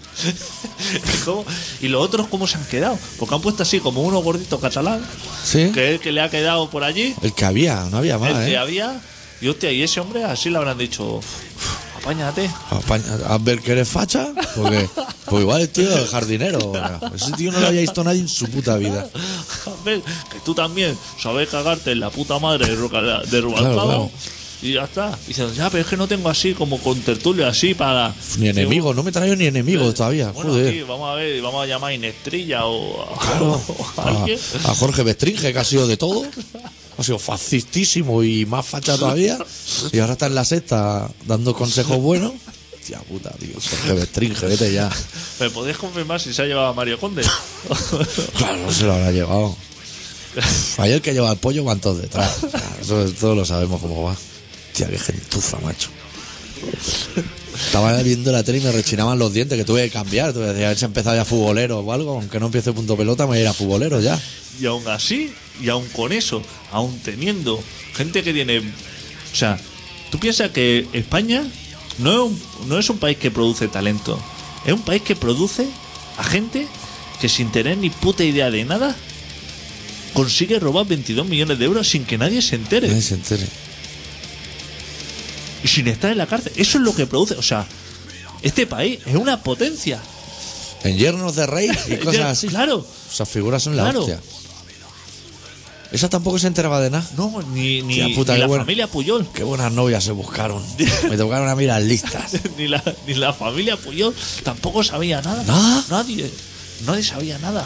[SPEAKER 3] ¿cómo? Y los otros, ¿cómo se han quedado? Porque han puesto así como uno gordito catalán.
[SPEAKER 1] ¿Sí?
[SPEAKER 3] Que es el que le ha quedado por allí.
[SPEAKER 1] El que había, no había más,
[SPEAKER 3] el que
[SPEAKER 1] ¿eh?
[SPEAKER 3] había. Y hostia, y ese hombre así le habrán dicho. Apáñate.
[SPEAKER 1] Apaña- A ver que eres facha, porque pues igual el tío del jardinero. Ese tío no lo había visto nadie en su puta vida.
[SPEAKER 3] A ver, que tú también sabes cagarte en la puta madre de, Ruca- de Rubalcaba.
[SPEAKER 1] Claro, claro.
[SPEAKER 3] Y ya está. Y dices, ya, pero es que no tengo así como con tertulio así para.
[SPEAKER 1] Ni
[SPEAKER 3] Digo,
[SPEAKER 1] enemigos, no me traigo ni enemigos todavía,
[SPEAKER 3] Bueno, aquí
[SPEAKER 1] joder.
[SPEAKER 3] vamos a ver, vamos a llamar a Inestrilla o a, o a
[SPEAKER 1] A,
[SPEAKER 3] alguien.
[SPEAKER 1] a Jorge Bestringe, que ha sido de todo. Ha sido fascistísimo y más facha todavía. Y ahora está en la sexta dando consejos buenos. Hostia puta, tío. Jorge Bestringe, vete ya.
[SPEAKER 3] ¿Me podéis confirmar si se ha llevado a Mario Conde?
[SPEAKER 1] Claro, no se lo habrá llevado. Ayer que lleva el pollo van todos detrás. Claro, Eso todos lo sabemos cómo va. Tía, qué gentuza, macho. Estaba viendo la tele y me rechinaban los dientes que tuve que cambiar. Tuve que decir, a ver si empezaba ya futbolero o algo. Aunque no empiece punto pelota, me voy a ir a futbolero ya.
[SPEAKER 3] Y aún así, y aún con eso, aún teniendo gente que tiene. O sea, tú piensas que España no es, un, no es un país que produce talento, es un país que produce a gente que sin tener ni puta idea de nada consigue robar 22 millones de euros sin que nadie se entere.
[SPEAKER 1] Nadie se entere.
[SPEAKER 3] y sin estar en la cárcel. Eso es lo que produce. O sea, este país es una potencia.
[SPEAKER 1] En yernos de rey y cosas
[SPEAKER 3] Ya,
[SPEAKER 1] así.
[SPEAKER 3] Claro.
[SPEAKER 1] Esas figuras son la
[SPEAKER 3] Claro.
[SPEAKER 1] hostia. Esa tampoco se enteraba de nada.
[SPEAKER 3] No, ni, ni,
[SPEAKER 1] Tía puta,
[SPEAKER 3] ni
[SPEAKER 1] qué
[SPEAKER 3] la
[SPEAKER 1] bueno.
[SPEAKER 3] familia Puyol.
[SPEAKER 1] Qué buenas novias se buscaron. Me tocaron a mí las listas.
[SPEAKER 3] ni, la, ni la familia Puyol tampoco sabía nada.
[SPEAKER 1] ¿Nada?
[SPEAKER 3] Nadie. Nadie sabía nada.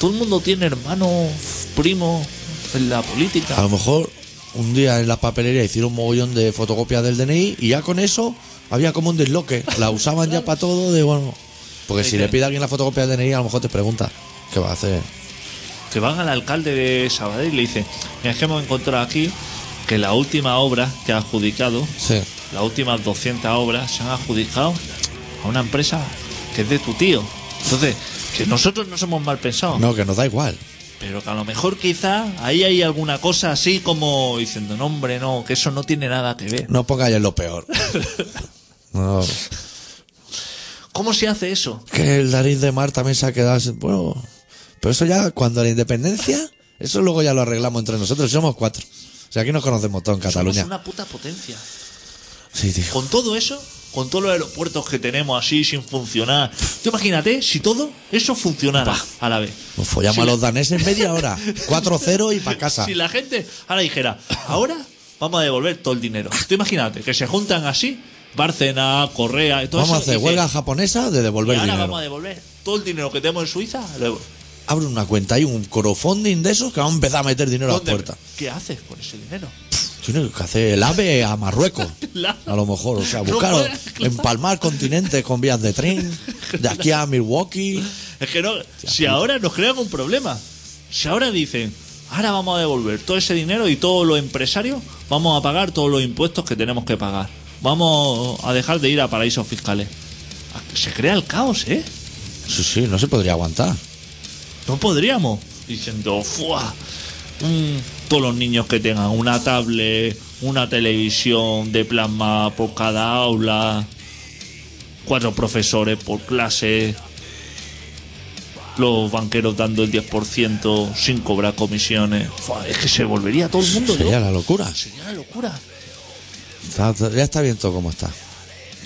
[SPEAKER 3] Todo el mundo tiene hermano, primo en la política.
[SPEAKER 1] A lo mejor un día en la papelería hicieron un mogollón de fotocopias del DNI y ya con eso había como un desloque. La usaban ya para todo de bueno. Porque si le pide a alguien la fotocopia del DNI, a lo mejor te pregunta qué va a hacer.
[SPEAKER 3] que van al alcalde de Sabadell y le dicen, mira, es que hemos encontrado aquí que la última obra que ha adjudicado,
[SPEAKER 1] Sí.
[SPEAKER 3] las últimas 200 obras se han adjudicado a una empresa que es de tu tío. Entonces, que nosotros no somos mal pensados,
[SPEAKER 1] No, que nos da igual.
[SPEAKER 3] pero que a lo mejor quizá ahí hay alguna cosa así como diciendo, no hombre, no, que eso no tiene nada que ver.
[SPEAKER 1] No pongáis en lo peor. No.
[SPEAKER 3] ¿Cómo se hace eso?
[SPEAKER 1] Que el nariz de mar también se ha quedado. sin- Bueno, pero eso ya, cuando la independencia, eso luego ya lo arreglamos entre nosotros. Somos cuatro. O sea, aquí nos conocemos todos en
[SPEAKER 3] Somos
[SPEAKER 1] Cataluña.
[SPEAKER 3] una puta potencia.
[SPEAKER 1] Sí, tío.
[SPEAKER 3] Con todo eso, con todos los aeropuertos que tenemos así sin funcionar. Tú imagínate si todo eso funcionara a la vez.
[SPEAKER 1] Nos follamos
[SPEAKER 3] Si
[SPEAKER 1] a
[SPEAKER 3] la-
[SPEAKER 1] los daneses media hora. 4-0 y para casa.
[SPEAKER 3] Si la gente ahora dijera, ahora vamos a devolver todo el dinero. Tú imagínate que se juntan así, Bárcena, Correa, y todo
[SPEAKER 1] Vamos a
[SPEAKER 3] eso,
[SPEAKER 1] hacer
[SPEAKER 3] dice,
[SPEAKER 1] huelga japonesa de
[SPEAKER 3] Y
[SPEAKER 1] devolver
[SPEAKER 3] ahora
[SPEAKER 1] dinero.
[SPEAKER 3] vamos a devolver todo el dinero que tenemos en Suiza. lo-
[SPEAKER 1] Abre una cuenta, hay un crowdfunding de esos que vamos a empezar a meter dinero a las
[SPEAKER 3] ¿dónde-
[SPEAKER 1] puertas.
[SPEAKER 3] ¿Qué haces con ese dinero?
[SPEAKER 1] Tiene que hacer el AVE a Marruecos.
[SPEAKER 3] Claro.
[SPEAKER 1] A lo mejor, o sea,
[SPEAKER 3] No
[SPEAKER 1] buscaros
[SPEAKER 3] puedes, claro.
[SPEAKER 1] empalmar continentes con vías de tren, de aquí a Milwaukee.
[SPEAKER 3] Es que no, si ahora nos crean un problema, si ahora dicen, ahora vamos a devolver todo ese dinero y todos los empresarios vamos a pagar todos los impuestos que tenemos que pagar. Vamos a dejar de ir a paraísos fiscales. Ah, Se crea el caos, ¿eh?
[SPEAKER 1] Sí, sí, no se podría aguantar.
[SPEAKER 3] No podríamos. Diciendo, ¡fua! Mm, todos los niños que tengan una tablet, una televisión de plasma por cada aula, cuatro profesores por clase, los banqueros dando el 10% sin cobrar comisiones. Fua, es que se volvería todo el mundo
[SPEAKER 1] Sería
[SPEAKER 3] loco.
[SPEAKER 1] la locura.
[SPEAKER 3] Sería una locura.
[SPEAKER 1] Está- ya está bien todo como está.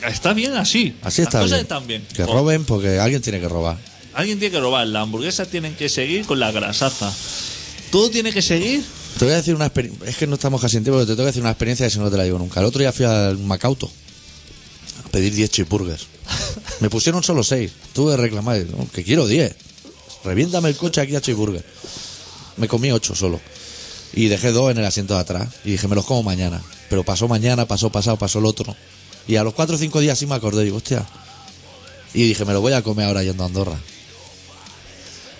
[SPEAKER 3] Está bien así.
[SPEAKER 1] Así está
[SPEAKER 3] Las cosas
[SPEAKER 1] bien.
[SPEAKER 3] están bien. Oh.
[SPEAKER 1] Que
[SPEAKER 3] Por-
[SPEAKER 1] roben porque alguien tiene que robar.
[SPEAKER 3] Alguien tiene que robar. Las hamburguesas tienen que seguir con la grasaza. Todo tiene que seguir
[SPEAKER 1] Te voy a decir una experiencia. Es que no estamos casi en tiempo, pero te tengo que decir una experiencia que si no te la digo nunca. El otro día fui al Macauto a pedir 10 cheeseburgers. Me pusieron solo 6. Tuve que reclamar, "No, que quiero 10. Reviéntame el coche aquí a cheeseburger. Me comí 8 solo. Y dejé dos en el asiento de atrás. Y dije, me los como mañana. Pero pasó mañana, pasó pasado, pasó el otro. Y a los 4 o 5 días sí me acordé. Digo, hostia. Y dije, me lo voy a comer ahora yendo a Andorra.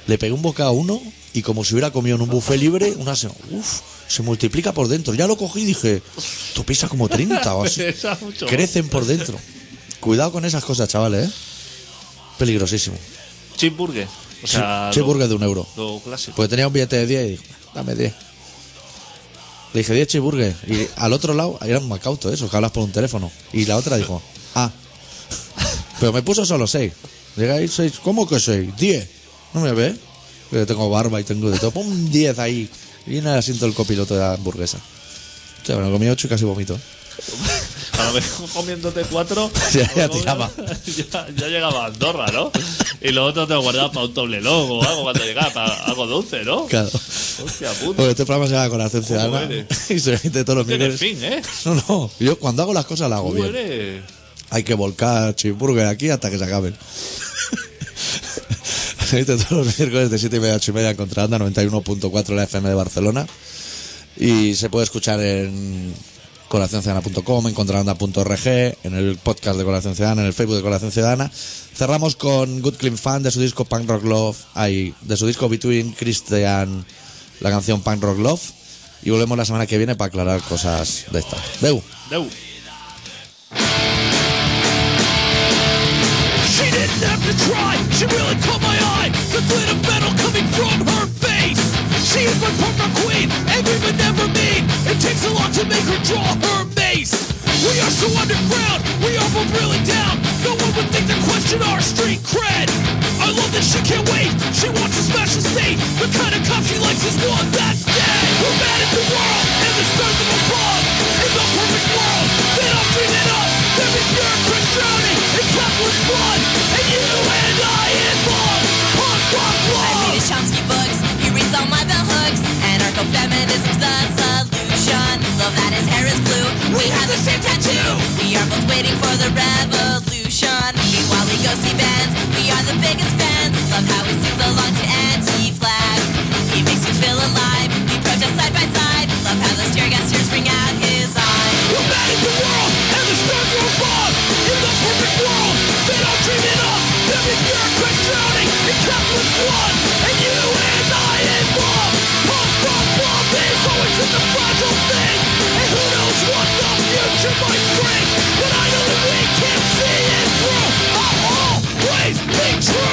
[SPEAKER 1] Le pegué un bocado a uno y como si hubiera comido en un buffet libre, una se, uf, se multiplica por dentro. Ya lo cogí y dije, esto pesa como 30 o así.
[SPEAKER 3] Pesa mucho.
[SPEAKER 1] Crecen por dentro. Cuidado con esas cosas, chavales, ¿eh? Peligrosísimo.
[SPEAKER 3] Cheeseburger. O sea,
[SPEAKER 1] Che- cheeseburger de un euro.
[SPEAKER 3] Lo, lo clásico.
[SPEAKER 1] Porque tenía un billete de 10 y dijo, dame 10. Le dije 10 cheeseburgers. Y al otro lado, era un macauto eso, que hablas por un teléfono. Y la otra dijo, ah. Pero me puso solo 6. Llega ahí 6. ¿Cómo que 6? 10. ¿No me ve? Yo tengo barba y tengo de todo. Pon un 10 ahí. Y en el asiento del copiloto de la hamburguesa. O sea, me lo comí 8 y casi vomito.
[SPEAKER 3] A lo mejor comiéndote cuatro.
[SPEAKER 1] Ya-
[SPEAKER 3] a
[SPEAKER 1] ya
[SPEAKER 3] lo mejor-
[SPEAKER 1] tiraba.
[SPEAKER 3] ya, ya llegaba a Andorra, ¿no? Y los otros te lo guardabas para un doble logo o algo cuando llegaba, para algo dulce, ¿no?
[SPEAKER 1] Claro.
[SPEAKER 3] Hostia puta.
[SPEAKER 1] Porque este programa se llama Corazón Ciudadana.
[SPEAKER 3] eres?
[SPEAKER 1] Y se de todos los
[SPEAKER 3] Hostia, qué
[SPEAKER 1] miles.
[SPEAKER 3] fin, ¿eh?
[SPEAKER 1] No, no. Yo cuando hago las cosas las hago
[SPEAKER 3] Tú
[SPEAKER 1] bien.
[SPEAKER 3] eres.
[SPEAKER 1] Hay que volcar cheeseburger aquí hasta que se acaben. Seguiste todos los miércoles de 7 y media a 8 y media en Contralanda, 91.4 la FM de Barcelona. Y se puede escuchar en colacionciudadana.com, en contralanda.org, en el podcast de Colación Ciudadana, en el Facebook de Colación Ciudadana. Cerramos con Good Clean Fan de su disco Punk Rock Love, ahí, de su disco Between Christian, la canción Punk Rock Love. Y volvemos la semana que viene para aclarar cosas de estas. Deu.
[SPEAKER 3] Deu.
[SPEAKER 5] She didn't have to try, she really caught my eye. The glint of metal coming from her face. She is my partner queen, angry but never mean. It takes a lot to make her draw her mace. We are so underground, we are both really down. No one would think to question our street cred. I love that she can't wait, she wants to smash the state. The kind of cop she likes is one that's dead. We're mad at the world, and the stars of a bomb. In the perfect world, they don't dream it up. There is bureaucrats drowning in capitalist blood. And you and I in love. Punk
[SPEAKER 8] I
[SPEAKER 5] rock love.
[SPEAKER 8] read his Chomsky books, he reads all my bell hooks. Anarcho-feminism's the solution. Love that his hair is blue. We have the same tattoo. We are both waiting for the revolution. Meanwhile, we go see bands. We are the biggest fans. Love how he sings along to anti-flag. He makes you feel alive. We protest side by side. Love how those tear gas tears bring out his eyes.
[SPEAKER 5] We're mad at the world and the stars are above. In the perfect world, they don't dream it up. There is bureaucrats drowning in capitalist blood. And you and I in love. Try